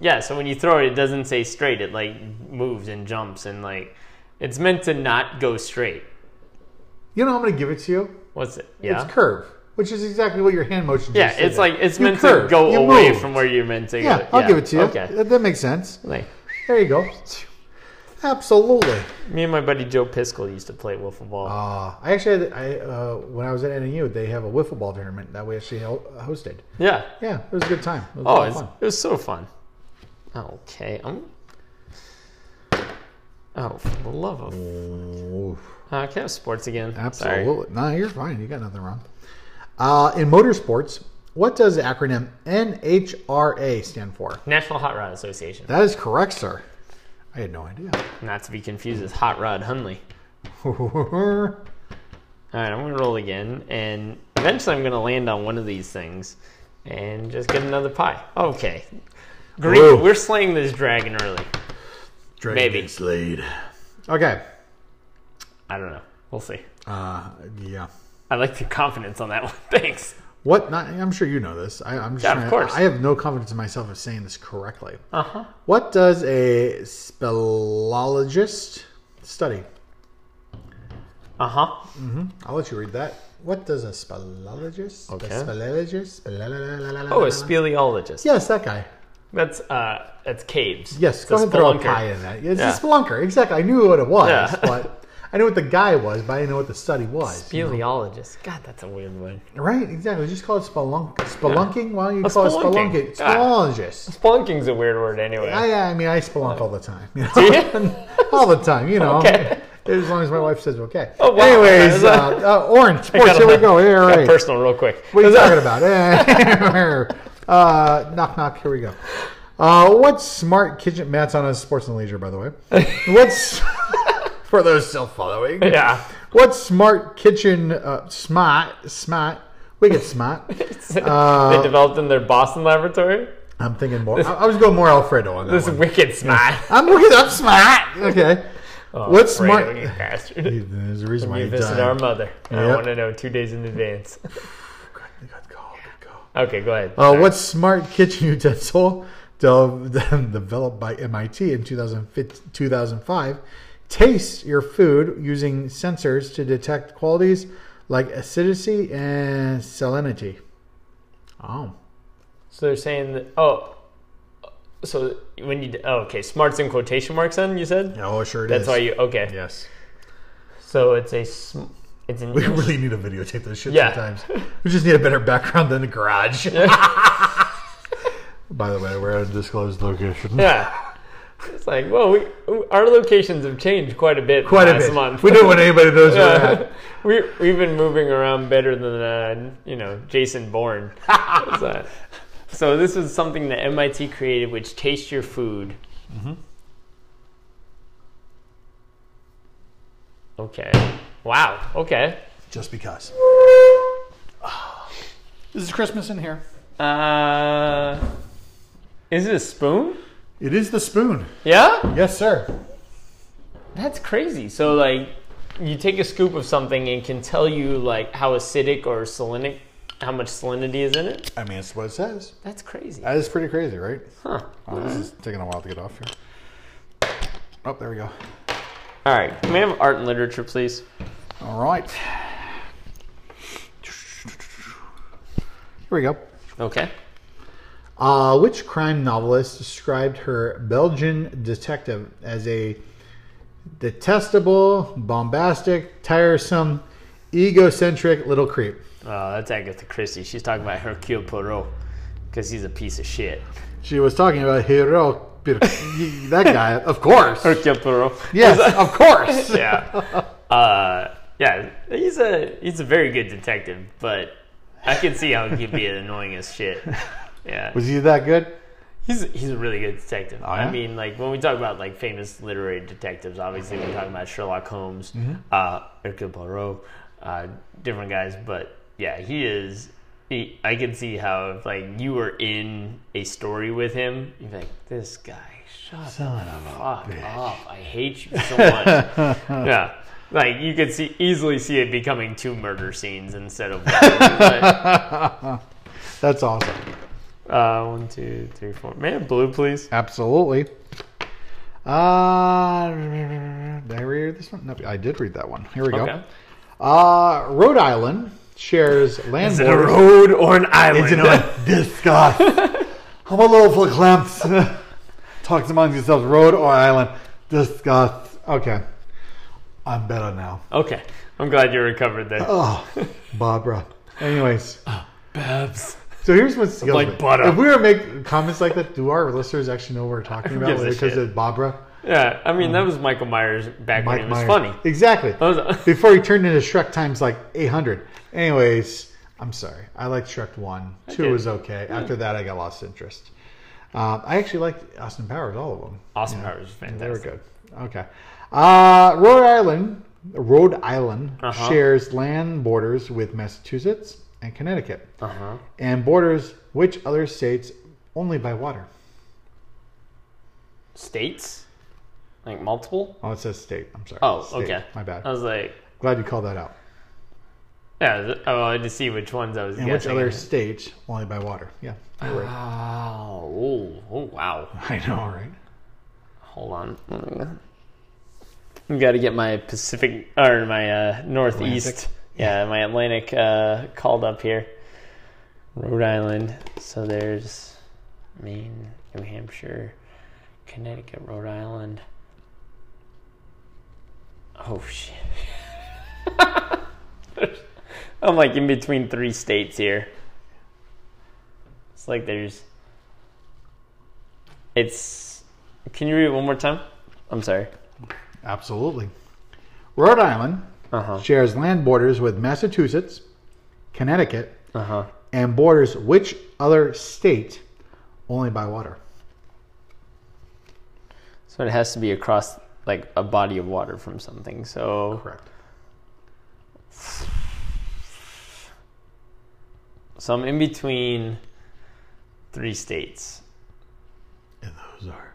[SPEAKER 2] yeah. So when you throw it, it doesn't stay straight. It like moves and jumps and like it's meant to not go straight.
[SPEAKER 1] You know, I'm going to give it to you.
[SPEAKER 2] What's it? Yeah,
[SPEAKER 1] It's curve, which is exactly what your hand motion.
[SPEAKER 2] yeah.
[SPEAKER 1] just
[SPEAKER 2] It's
[SPEAKER 1] did.
[SPEAKER 2] like it's
[SPEAKER 1] You
[SPEAKER 2] meant to
[SPEAKER 1] curved.
[SPEAKER 2] go
[SPEAKER 1] You
[SPEAKER 2] away
[SPEAKER 1] moved.
[SPEAKER 2] from where you're meant to.
[SPEAKER 1] Yeah,
[SPEAKER 2] go.
[SPEAKER 1] I'll give it to you.
[SPEAKER 2] Okay.
[SPEAKER 1] That, that makes sense.
[SPEAKER 2] Like
[SPEAKER 1] There you go. Absolutely.
[SPEAKER 2] me and my buddy Joe Piskel used to play wiffle ball.
[SPEAKER 1] Uh, I actually, had, I uh, when I was at NAU, they have a wiffle ball tournament that we actually hel- hosted.
[SPEAKER 2] yeah.
[SPEAKER 1] Yeah, it was a good time. It was a
[SPEAKER 2] Oh,
[SPEAKER 1] lot of
[SPEAKER 2] it's,
[SPEAKER 1] fun.
[SPEAKER 2] it was so fun. Okay. Um. Oh, for the love of
[SPEAKER 1] Oof.
[SPEAKER 2] uh, can I have sports again? Sorry.
[SPEAKER 1] Absolutely. No, you're fine. You got nothing wrong. Uh, in motorsports, what does the acronym NHRA stand for?
[SPEAKER 2] National Hot Rod Association.
[SPEAKER 1] That is correct, sir. I had no idea. <laughs>
[SPEAKER 2] Not to be confused with Hot Rod Hunley.
[SPEAKER 1] okay.
[SPEAKER 2] All right, I'm gonna roll again, and eventually I'm gonna land on one of these things, and just get another pie. Okay, green.
[SPEAKER 1] Ooh.
[SPEAKER 2] We're slaying this dragon early. Maybe.
[SPEAKER 1] Slade. Okay.
[SPEAKER 2] I don't know. We'll see.
[SPEAKER 1] Uh, yeah.
[SPEAKER 2] I like the confidence on that one. <laughs> Thanks.
[SPEAKER 1] What? Not, I'm sure you know this. I, I'm just
[SPEAKER 2] Yeah, of
[SPEAKER 1] trying,
[SPEAKER 2] course.
[SPEAKER 1] I have no confidence in myself of saying this correctly.
[SPEAKER 2] Uh huh.
[SPEAKER 1] What does a spellologist study?
[SPEAKER 2] Uh huh.
[SPEAKER 1] I'll let you read that. What does a spellologist?
[SPEAKER 2] Okay.
[SPEAKER 1] A spellologist? spellolala-
[SPEAKER 2] Oh, a speleologist.
[SPEAKER 1] Yes, that guy.
[SPEAKER 2] That's uh, that's caves.
[SPEAKER 1] Yes,
[SPEAKER 2] It's
[SPEAKER 1] go ahead and throw a
[SPEAKER 2] spelunker.
[SPEAKER 1] pie in that. It's
[SPEAKER 2] Yeah.
[SPEAKER 1] a spelunker. Exactly. I knew what it was,
[SPEAKER 2] Yeah.
[SPEAKER 1] but I knew what the guy was, but I didn't know what the study was.
[SPEAKER 2] Speleologist. God, that's a weird word.
[SPEAKER 1] Right, exactly. Just call it spelunk- spelunking. Why don't you
[SPEAKER 2] A
[SPEAKER 1] call
[SPEAKER 2] spelunking.
[SPEAKER 1] it spelunking? Spelologist.
[SPEAKER 2] Spelunking's a weird word anyway.
[SPEAKER 1] I, I mean, I spelunk all the time. you know? <laughs> all the time, you know.
[SPEAKER 2] Okay.
[SPEAKER 1] As long as my wife says okay.
[SPEAKER 2] Oh, wow.
[SPEAKER 1] Anyways,
[SPEAKER 2] <laughs> Is
[SPEAKER 1] uh,
[SPEAKER 2] that-
[SPEAKER 1] uh, orange sports. Here we go. Yeah,
[SPEAKER 2] Got
[SPEAKER 1] right.
[SPEAKER 2] Personal, real quick.
[SPEAKER 1] What
[SPEAKER 2] <laughs>
[SPEAKER 1] are you talking about? Eh, <laughs> uh, knock, knock. Here we go. Uh, what smart kitchen? Matt's on us sports and leisure, by the
[SPEAKER 2] <laughs>
[SPEAKER 1] way. What's <laughs> for those still following?
[SPEAKER 2] Yeah.
[SPEAKER 1] What smart kitchen? Uh, smart, smart. We get
[SPEAKER 2] <laughs>
[SPEAKER 1] smart. Uh,
[SPEAKER 2] they developed in their Boston laboratory.
[SPEAKER 1] I'm thinking more. I, I was going more Alfredo on that
[SPEAKER 2] This
[SPEAKER 1] one.
[SPEAKER 2] wicked smile.
[SPEAKER 1] I'm looking up smart. Okay. <laughs>
[SPEAKER 2] Oh,
[SPEAKER 1] what smart? <laughs>
[SPEAKER 2] Right, <laughs> you bastard.
[SPEAKER 1] There's a reason why
[SPEAKER 2] You
[SPEAKER 1] you
[SPEAKER 2] visited
[SPEAKER 1] died.
[SPEAKER 2] our mother. I
[SPEAKER 1] Yep.
[SPEAKER 2] want to know two days in advance. <laughs>
[SPEAKER 1] Good, good call. Good call.
[SPEAKER 2] Okay, go ahead.
[SPEAKER 1] Uh, what smart kitchen utensil de- <laughs> developed by MIT in 2005, 2005 tastes your food using sensors to detect qualities like acidity and salinity? Oh,
[SPEAKER 2] So they're saying, that, oh, so when you oh, okay, smarts in quotation marks. Then you said
[SPEAKER 1] oh, sure it
[SPEAKER 2] that's
[SPEAKER 1] is.
[SPEAKER 2] why you okay.
[SPEAKER 1] Yes,
[SPEAKER 2] So it's a sm- it's an
[SPEAKER 1] we really need to videotape this shit
[SPEAKER 2] Yeah.
[SPEAKER 1] sometimes. We just need a better background than the garage. <laughs> By the way, we're at a disclosed location.
[SPEAKER 2] yeah. It's like well, we our locations have changed quite a bit. in
[SPEAKER 1] Quite
[SPEAKER 2] the
[SPEAKER 1] a
[SPEAKER 2] last
[SPEAKER 1] bit.
[SPEAKER 2] Month.
[SPEAKER 1] We don't
[SPEAKER 2] <laughs>
[SPEAKER 1] want anybody knows where we're at.
[SPEAKER 2] Yeah. we we've been moving around better than uh, you know Jason Bourne. so, so this was something that MIT created, which tastes your food. Okay. Wow. Okay.
[SPEAKER 1] just because. <sighs> This is Christmas in here.
[SPEAKER 2] Uh, is it a spoon?
[SPEAKER 1] It is the spoon.
[SPEAKER 2] Yeah.
[SPEAKER 1] Yes, sir.
[SPEAKER 2] That's crazy. So like, you take a scoop of something and can tell you like how acidic or salinic, how much salinity is in it.
[SPEAKER 1] I mean, it's what it says.
[SPEAKER 2] That's crazy.
[SPEAKER 1] That is pretty crazy, right?
[SPEAKER 2] Huh.
[SPEAKER 1] Oh, this is taking a while to get off here. Oh, there we go.
[SPEAKER 2] All right. Can we have art and literature, please?
[SPEAKER 1] All right. Here we go.
[SPEAKER 2] Okay.
[SPEAKER 1] Uh, which crime novelist described her Belgian detective as a detestable, bombastic, tiresome, egocentric little creep?
[SPEAKER 2] Oh, that's Agatha Christie. She's talking about Hercule Poirot because he's a piece of shit.
[SPEAKER 1] She was talking about Hiro. <laughs> that guy, of course.
[SPEAKER 2] <laughs> Hercule Poirot.
[SPEAKER 1] <laughs> Yes, of course.
[SPEAKER 2] <laughs> yeah. Uh, yeah. He's a he's a very good detective, but I can see how he could <laughs> be annoying as shit. Yeah.
[SPEAKER 1] Was he that good?
[SPEAKER 2] He's he's a really good detective.
[SPEAKER 1] yeah?
[SPEAKER 2] I mean, like when we talk about like famous literary detectives, obviously we're talking about Sherlock Holmes,
[SPEAKER 1] Mm-hmm.
[SPEAKER 2] uh, Hercule Poirot, uh, different guys. But yeah, he is. He, I can see how if like you were in a story with him, you'd be like, "This guy, shut
[SPEAKER 1] Son of
[SPEAKER 2] the fuck up! I hate you
[SPEAKER 1] <laughs>
[SPEAKER 2] so much." yeah, like you could see easily see it becoming two murder scenes instead of one. But,
[SPEAKER 1] <laughs> That's awesome.
[SPEAKER 2] uh, one, two, three, four. Man, blue, please.
[SPEAKER 1] Absolutely. Uh, did I read this one? No, I did read that one. Here we
[SPEAKER 2] Okay.
[SPEAKER 1] go. Uh, Rhode Island shares land
[SPEAKER 2] Is it a
[SPEAKER 1] borders.
[SPEAKER 2] road or an island?
[SPEAKER 1] It's, you know, <laughs> like, discuss. I'm a little full of <laughs> clamps. Talks amongst yourselves, road or island. Discuss. Okay. I'm better now.
[SPEAKER 2] <laughs> Okay, I'm glad you recovered that. <laughs>
[SPEAKER 1] Oh, Barbara. Anyways. So here's what's
[SPEAKER 2] Like butter.
[SPEAKER 1] If we were to make comments like that, do our listeners actually know what we're talking about
[SPEAKER 2] gives a
[SPEAKER 1] because
[SPEAKER 2] shit?
[SPEAKER 1] of Barbara?
[SPEAKER 2] Yeah, I mean that was Michael Myers back when he was
[SPEAKER 1] Myers.
[SPEAKER 2] funny.
[SPEAKER 1] Exactly. <laughs>
[SPEAKER 2] That was- uh,
[SPEAKER 1] Before he turned into Shrek times like 800. Anyways, I'm sorry. I liked Shrek 1. 2
[SPEAKER 2] did.
[SPEAKER 1] was okay. After that, I got lost interest. Um, I actually liked Austin Powers, all of them.
[SPEAKER 2] Austin Powers was
[SPEAKER 1] They
[SPEAKER 2] Oh, fantastic.
[SPEAKER 1] were good. Okay. Uh, Rhode Island, Rhode Island
[SPEAKER 2] Uh-huh.
[SPEAKER 1] shares land borders with Massachusetts and Connecticut,
[SPEAKER 2] Uh huh.
[SPEAKER 1] and borders which other states only by water.
[SPEAKER 2] States, like multiple.
[SPEAKER 1] Oh, it says state. I'm sorry.
[SPEAKER 2] Oh,
[SPEAKER 1] State.
[SPEAKER 2] okay.
[SPEAKER 1] My bad.
[SPEAKER 2] I was like,
[SPEAKER 1] Glad you called that out.
[SPEAKER 2] yeah. th- Oh, I had to see which ones I Uh-huh. was
[SPEAKER 1] And which
[SPEAKER 2] guessing.
[SPEAKER 1] other state only by water? Yeah. you're right.
[SPEAKER 2] Wow. Oh, oh, wow.
[SPEAKER 1] I know, right?
[SPEAKER 2] Hold on. You got to get my Pacific or my uh, Northeast.
[SPEAKER 1] Atlantic.
[SPEAKER 2] Yeah, my Atlantic uh, called up here. Rhode Island. So there's Maine, New Hampshire, Connecticut, Rhode Island. Oh shit. <laughs> I'm like in between three states here. It's like there's. It's. Can you read it one more time? I'm sorry.
[SPEAKER 1] Absolutely. Rhode Island
[SPEAKER 2] Uh huh.
[SPEAKER 1] shares land borders with Massachusetts, Connecticut,
[SPEAKER 2] Uh huh.
[SPEAKER 1] and borders which other state only by water?
[SPEAKER 2] So it has to be across like a body of water from something. So
[SPEAKER 1] Correct.
[SPEAKER 2] so I'm in between three states.
[SPEAKER 1] And those are.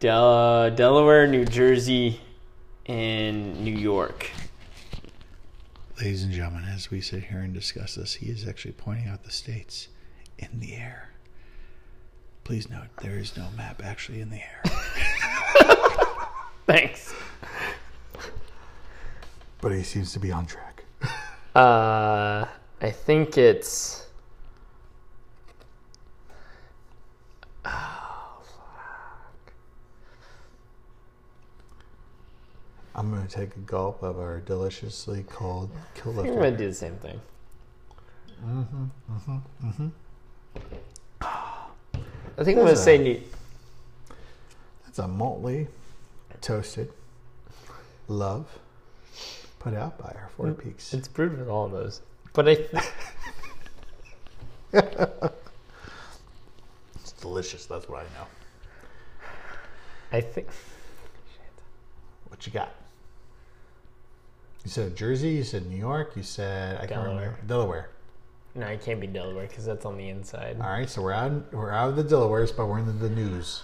[SPEAKER 2] Del- Delaware, New Jersey, and New York. <laughs>
[SPEAKER 1] Ladies and gentlemen, as we sit here and discuss this, he is actually pointing out the states in the air. Please note, there is no map actually in the air.
[SPEAKER 2] Thanks.
[SPEAKER 1] <laughs> but he seems to be on track.
[SPEAKER 2] Uh, I think it's.
[SPEAKER 1] I'm going to take a gulp of our deliciously cold kill
[SPEAKER 2] I'm gonna do the same thing. Mm-hmm. Mm-hmm. Mm-hmm. I think I'm gonna
[SPEAKER 1] That's
[SPEAKER 2] say
[SPEAKER 1] a-
[SPEAKER 2] New.
[SPEAKER 1] It's a maltly toasted love put out by our Four Peaks.
[SPEAKER 2] It's brewed with all of those, but I.
[SPEAKER 1] It's delicious, that's what I know.
[SPEAKER 2] I think.
[SPEAKER 1] What you got? You said Jersey. You said New York. You said I can't remember
[SPEAKER 2] Delaware.
[SPEAKER 1] Delaware.
[SPEAKER 2] No, it can't be Delaware because that's on the inside.
[SPEAKER 1] All right, so we're out. We're out of the Delawares, but we're in the news.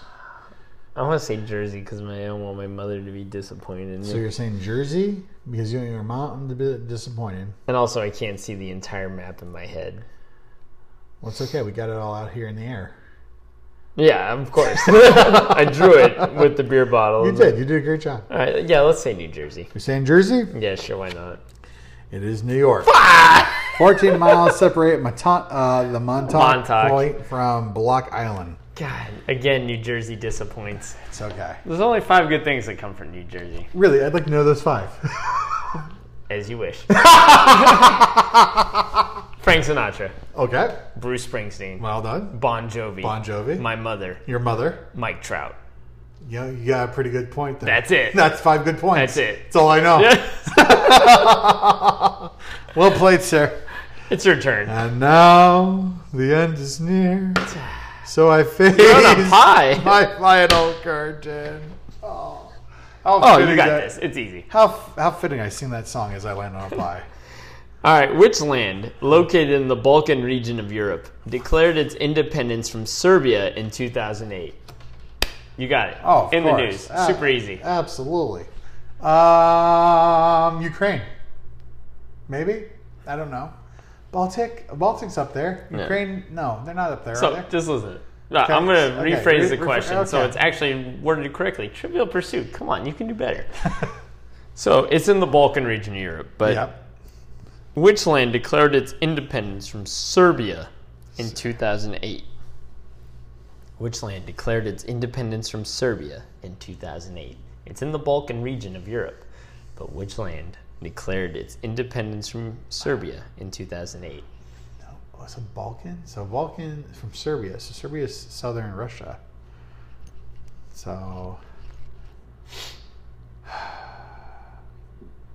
[SPEAKER 2] I want to say Jersey because I don't want my mother to be disappointed. in me.
[SPEAKER 1] So you're saying Jersey because you and your mom a bit disappointed.
[SPEAKER 2] and also, I can't see the entire map in my head.
[SPEAKER 1] Well, it's okay. We got it all out here in the air.
[SPEAKER 2] Yeah, of course. <laughs> I drew it with the beer bottle.
[SPEAKER 1] You did. You did a great job.
[SPEAKER 2] All right, yeah, let's say New Jersey.
[SPEAKER 1] You're saying Jersey.
[SPEAKER 2] Yeah, sure, why not?
[SPEAKER 1] It is New York. 14 miles separate Mata- uh, the Montauk,
[SPEAKER 2] Montauk.
[SPEAKER 1] Point from Block Island.
[SPEAKER 2] God, again, New Jersey disappoints.
[SPEAKER 1] It's okay.
[SPEAKER 2] There's only five good things that come from New Jersey.
[SPEAKER 1] Really, I'd like to know those five.
[SPEAKER 2] As you wish. Frank Sinatra,
[SPEAKER 1] <laughs> okay.
[SPEAKER 2] Bruce Springsteen,
[SPEAKER 1] Well done.
[SPEAKER 2] Bon Jovi,
[SPEAKER 1] Bon Jovi.
[SPEAKER 2] my mother,
[SPEAKER 1] your mother.
[SPEAKER 2] Mike Trout. <laughs>
[SPEAKER 1] Yeah, you got a pretty good point there.
[SPEAKER 2] That's it.
[SPEAKER 1] That's five good points.
[SPEAKER 2] That's it.
[SPEAKER 1] That's all I know. Well played, sir.
[SPEAKER 2] it's your turn.
[SPEAKER 1] And now the end is near. So I face
[SPEAKER 2] You're on a pie.
[SPEAKER 1] <laughs> my final curtain. Oh, How
[SPEAKER 2] Oh, you
[SPEAKER 1] fitting
[SPEAKER 2] got
[SPEAKER 1] that-
[SPEAKER 2] this. It's easy.
[SPEAKER 1] How, how fitting I sing that song as I land on a pie.
[SPEAKER 2] All right, which land, located in the Balkan region of Europe, declared its independence from Serbia in 2008? You got it.
[SPEAKER 1] Oh, of
[SPEAKER 2] in the
[SPEAKER 1] course.
[SPEAKER 2] news.
[SPEAKER 1] Ah,
[SPEAKER 2] Super easy.
[SPEAKER 1] Absolutely. Um, Ukraine. Maybe. I don't know. Baltic. Baltic's up there.
[SPEAKER 2] No.
[SPEAKER 1] Ukraine. No, they're not up there. are <laughs>
[SPEAKER 2] So
[SPEAKER 1] they?
[SPEAKER 2] just listen. No, I'm going to
[SPEAKER 1] Okay,
[SPEAKER 2] rephrase
[SPEAKER 1] re-
[SPEAKER 2] the
[SPEAKER 1] rephr-
[SPEAKER 2] question so
[SPEAKER 1] okay.
[SPEAKER 2] it's actually worded correctly. Trivial Pursuit. Come on, you can do better. so it's in the Balkan region of Europe, but
[SPEAKER 1] Yep.
[SPEAKER 2] which land declared its independence from Serbia in 2008? Which land declared its independence from Serbia in 2008? It's in the Balkan region of Europe, but which land declared its independence from Serbia in 2008?
[SPEAKER 1] No. Oh, so Balkan. So Balkan from Serbia. So Serbia's southern Russia. So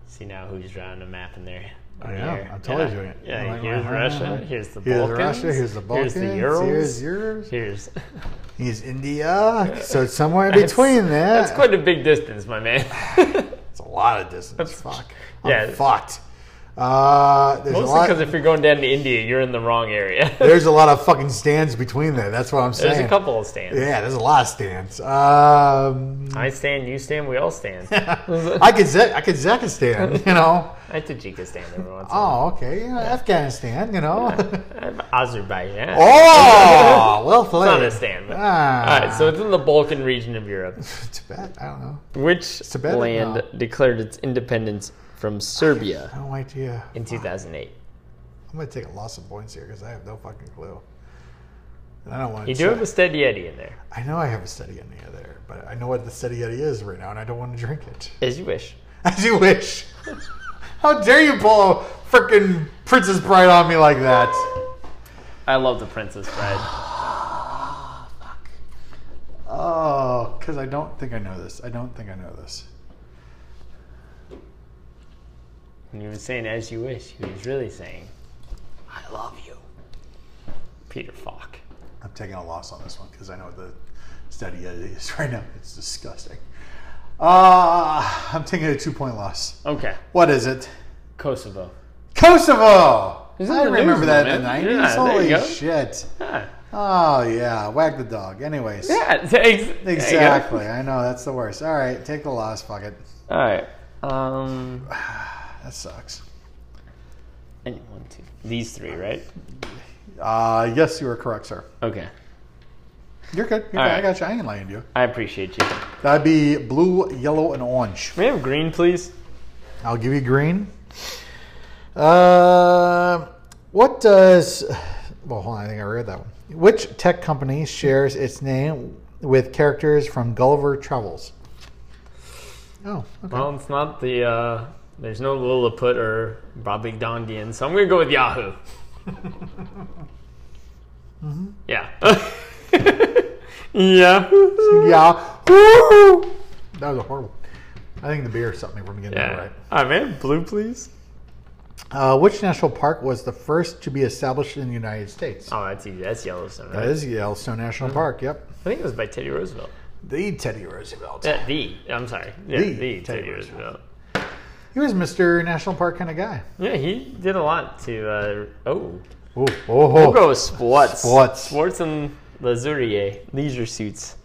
[SPEAKER 2] See now who's drawing a map in there.
[SPEAKER 1] I am. I'm totally
[SPEAKER 2] yeah.
[SPEAKER 1] doing it.
[SPEAKER 2] Yeah,
[SPEAKER 1] I'm like,
[SPEAKER 2] here's
[SPEAKER 1] uh-huh.
[SPEAKER 2] Russia. Here's the
[SPEAKER 1] here's
[SPEAKER 2] Balkans.
[SPEAKER 1] Russia. Here's the Balkans.
[SPEAKER 2] Here's the Urals.
[SPEAKER 1] Here's Europe.
[SPEAKER 2] Here's- <laughs>
[SPEAKER 1] Here's India. So it's somewhere in
[SPEAKER 2] That's-
[SPEAKER 1] between that.
[SPEAKER 2] That's quite a big distance, my man. <laughs>
[SPEAKER 1] It's a lot of distance.
[SPEAKER 2] That's-
[SPEAKER 1] Fuck.
[SPEAKER 2] yeah.
[SPEAKER 1] I'm fucked. Uh, there's a
[SPEAKER 2] Mostly because
[SPEAKER 1] lot.
[SPEAKER 2] if you're going down to India, you're in the wrong area. <laughs>
[SPEAKER 1] There's a lot of fucking stands between there. That's what I'm saying.
[SPEAKER 2] There's a couple of stands.
[SPEAKER 1] Yeah, there's a lot of stands. Um,
[SPEAKER 2] I stand, you stand, we all stand.
[SPEAKER 1] <laughs> I could Ze- I could Zekistan, you know.
[SPEAKER 2] I Tajika stand every once in a
[SPEAKER 1] Oh, okay. Yeah, Afghanistan, you know.
[SPEAKER 2] while. I have Azerbaijan.
[SPEAKER 1] <laughs>
[SPEAKER 2] <laughs>
[SPEAKER 1] oh, well played.
[SPEAKER 2] Not a stand. but-
[SPEAKER 1] Ah,
[SPEAKER 2] All right, so it's in the Balkan region of Europe.
[SPEAKER 1] Tibet. I don't know.
[SPEAKER 2] Which
[SPEAKER 1] Tibet?
[SPEAKER 2] land
[SPEAKER 1] No.
[SPEAKER 2] declared its independence from Serbia
[SPEAKER 1] No idea.
[SPEAKER 2] in 2008?
[SPEAKER 1] I'm gonna take a loss of points here because I have no fucking clue. And I don't want to.
[SPEAKER 2] You do have a steady Eddie in there,
[SPEAKER 1] I know I have a steady yeti there, but I know what the steady yeti is right now, and I don't want to drink it. <laughs>
[SPEAKER 2] as you wish.
[SPEAKER 1] As you wish. <laughs> How dare you pull a freaking Princess Bride on me like that?
[SPEAKER 2] I love the Princess <gasps> Bride.
[SPEAKER 1] Oh, because I don't think I know this. I don't think I know this.
[SPEAKER 2] When you were saying "as you wish," he was really saying, "I love you." Peter Falk.
[SPEAKER 1] I'm taking a loss on this one because I know what the steady yeti is <laughs> right now. It's disgusting. Uh, I'm taking a two point loss.
[SPEAKER 2] Okay,
[SPEAKER 1] What is it?
[SPEAKER 2] Kosovo.
[SPEAKER 1] Kosovo!
[SPEAKER 2] It's in
[SPEAKER 1] I
[SPEAKER 2] the news
[SPEAKER 1] remember that in the 90s.
[SPEAKER 2] now, man. Yeah, there you
[SPEAKER 1] Holy
[SPEAKER 2] go.
[SPEAKER 1] shit.
[SPEAKER 2] Ah,
[SPEAKER 1] Oh, yeah. Whack the dog. Anyways.
[SPEAKER 2] yeah, ex- there you go.
[SPEAKER 1] Exactly. I know. That's the worst. All right. Take the loss. Fuck it.
[SPEAKER 2] All right. Um,
[SPEAKER 1] That sucks.
[SPEAKER 2] and one, two. These three, right?
[SPEAKER 1] Uh, yes, you are correct, sir.
[SPEAKER 2] Okay.
[SPEAKER 1] You're good. You're good.
[SPEAKER 2] All
[SPEAKER 1] I
[SPEAKER 2] right.
[SPEAKER 1] got you. I ain't lying to you.
[SPEAKER 2] I appreciate you.
[SPEAKER 1] That'd be blue, yellow, and orange.
[SPEAKER 2] May I have green, please?
[SPEAKER 1] I'll give you green. Uh, what does. Well, hold on. I think I read that one. Which tech company shares its name with characters from Gulliver Travels? Oh, okay.
[SPEAKER 2] Well, it's not the. Uh, there's no Lilliput or probably Dondian, so I'm gonna go with Yahoo. Mm-hmm. Yeah. <laughs> Yahoo.
[SPEAKER 1] Yeah. Woo! That was horrible. I think the beer stopped me from getting that
[SPEAKER 2] Yeah.
[SPEAKER 1] right.
[SPEAKER 2] All right, man. Blue, please.
[SPEAKER 1] Uh, which national park was the first to be established in the United States?
[SPEAKER 2] Oh, that's easy. That's Yellowstone, right?
[SPEAKER 1] That is Yellowstone National Park. Yep.
[SPEAKER 2] I think it was by Teddy Roosevelt.
[SPEAKER 1] The Teddy Roosevelt.
[SPEAKER 2] Uh, the I'm sorry. Yeah,
[SPEAKER 1] The Teddy
[SPEAKER 2] the, Teddy
[SPEAKER 1] Roosevelt.
[SPEAKER 2] Roosevelt.
[SPEAKER 1] He was Mr. National Park kind of guy.
[SPEAKER 2] Yeah, he did a lot to. Uh, oh,
[SPEAKER 1] Oh, oh,
[SPEAKER 2] we'll go with sports.
[SPEAKER 1] Sports.
[SPEAKER 2] Sports and Lazurier leisure suits.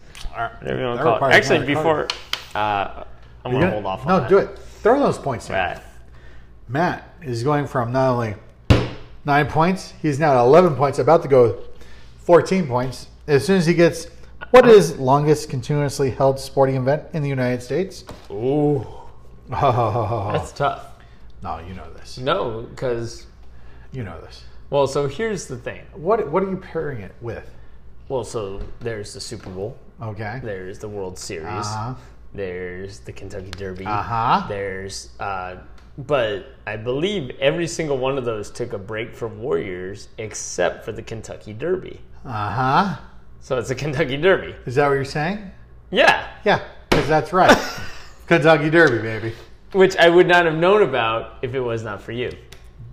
[SPEAKER 2] Whatever you want
[SPEAKER 1] That
[SPEAKER 2] to call
[SPEAKER 1] requires
[SPEAKER 2] it. Actually,
[SPEAKER 1] another card.
[SPEAKER 2] before uh, I'm
[SPEAKER 1] You
[SPEAKER 2] gonna
[SPEAKER 1] got-
[SPEAKER 2] hold off. on
[SPEAKER 1] No,
[SPEAKER 2] that.
[SPEAKER 1] do it. Throw those points in.
[SPEAKER 2] Right.
[SPEAKER 1] Matt is going from not only nine points, he's now at 11 points, about to go 14 points. As soon as he gets what is longest continuously held sporting event in the United States? <laughs>
[SPEAKER 2] Ooh,
[SPEAKER 1] no,
[SPEAKER 2] that's tough.
[SPEAKER 1] you know this.
[SPEAKER 2] No, because
[SPEAKER 1] You know this.
[SPEAKER 2] well, so here's the thing.
[SPEAKER 1] What What are you pairing it with?
[SPEAKER 2] Well, so there's the Super Bowl.
[SPEAKER 1] Okay.
[SPEAKER 2] There's the World Series.
[SPEAKER 1] Uh-huh.
[SPEAKER 2] There's the Kentucky Derby.
[SPEAKER 1] Uh-huh.
[SPEAKER 2] There's, uh, but I believe every single one of those took a break from Warriors except for the Kentucky Derby.
[SPEAKER 1] Uh huh.
[SPEAKER 2] So it's a Kentucky Derby.
[SPEAKER 1] Is that what you're saying?
[SPEAKER 2] Yeah,
[SPEAKER 1] Yeah, because that's right. Kentucky Derby, baby.
[SPEAKER 2] which I would not have known about if it was not for you.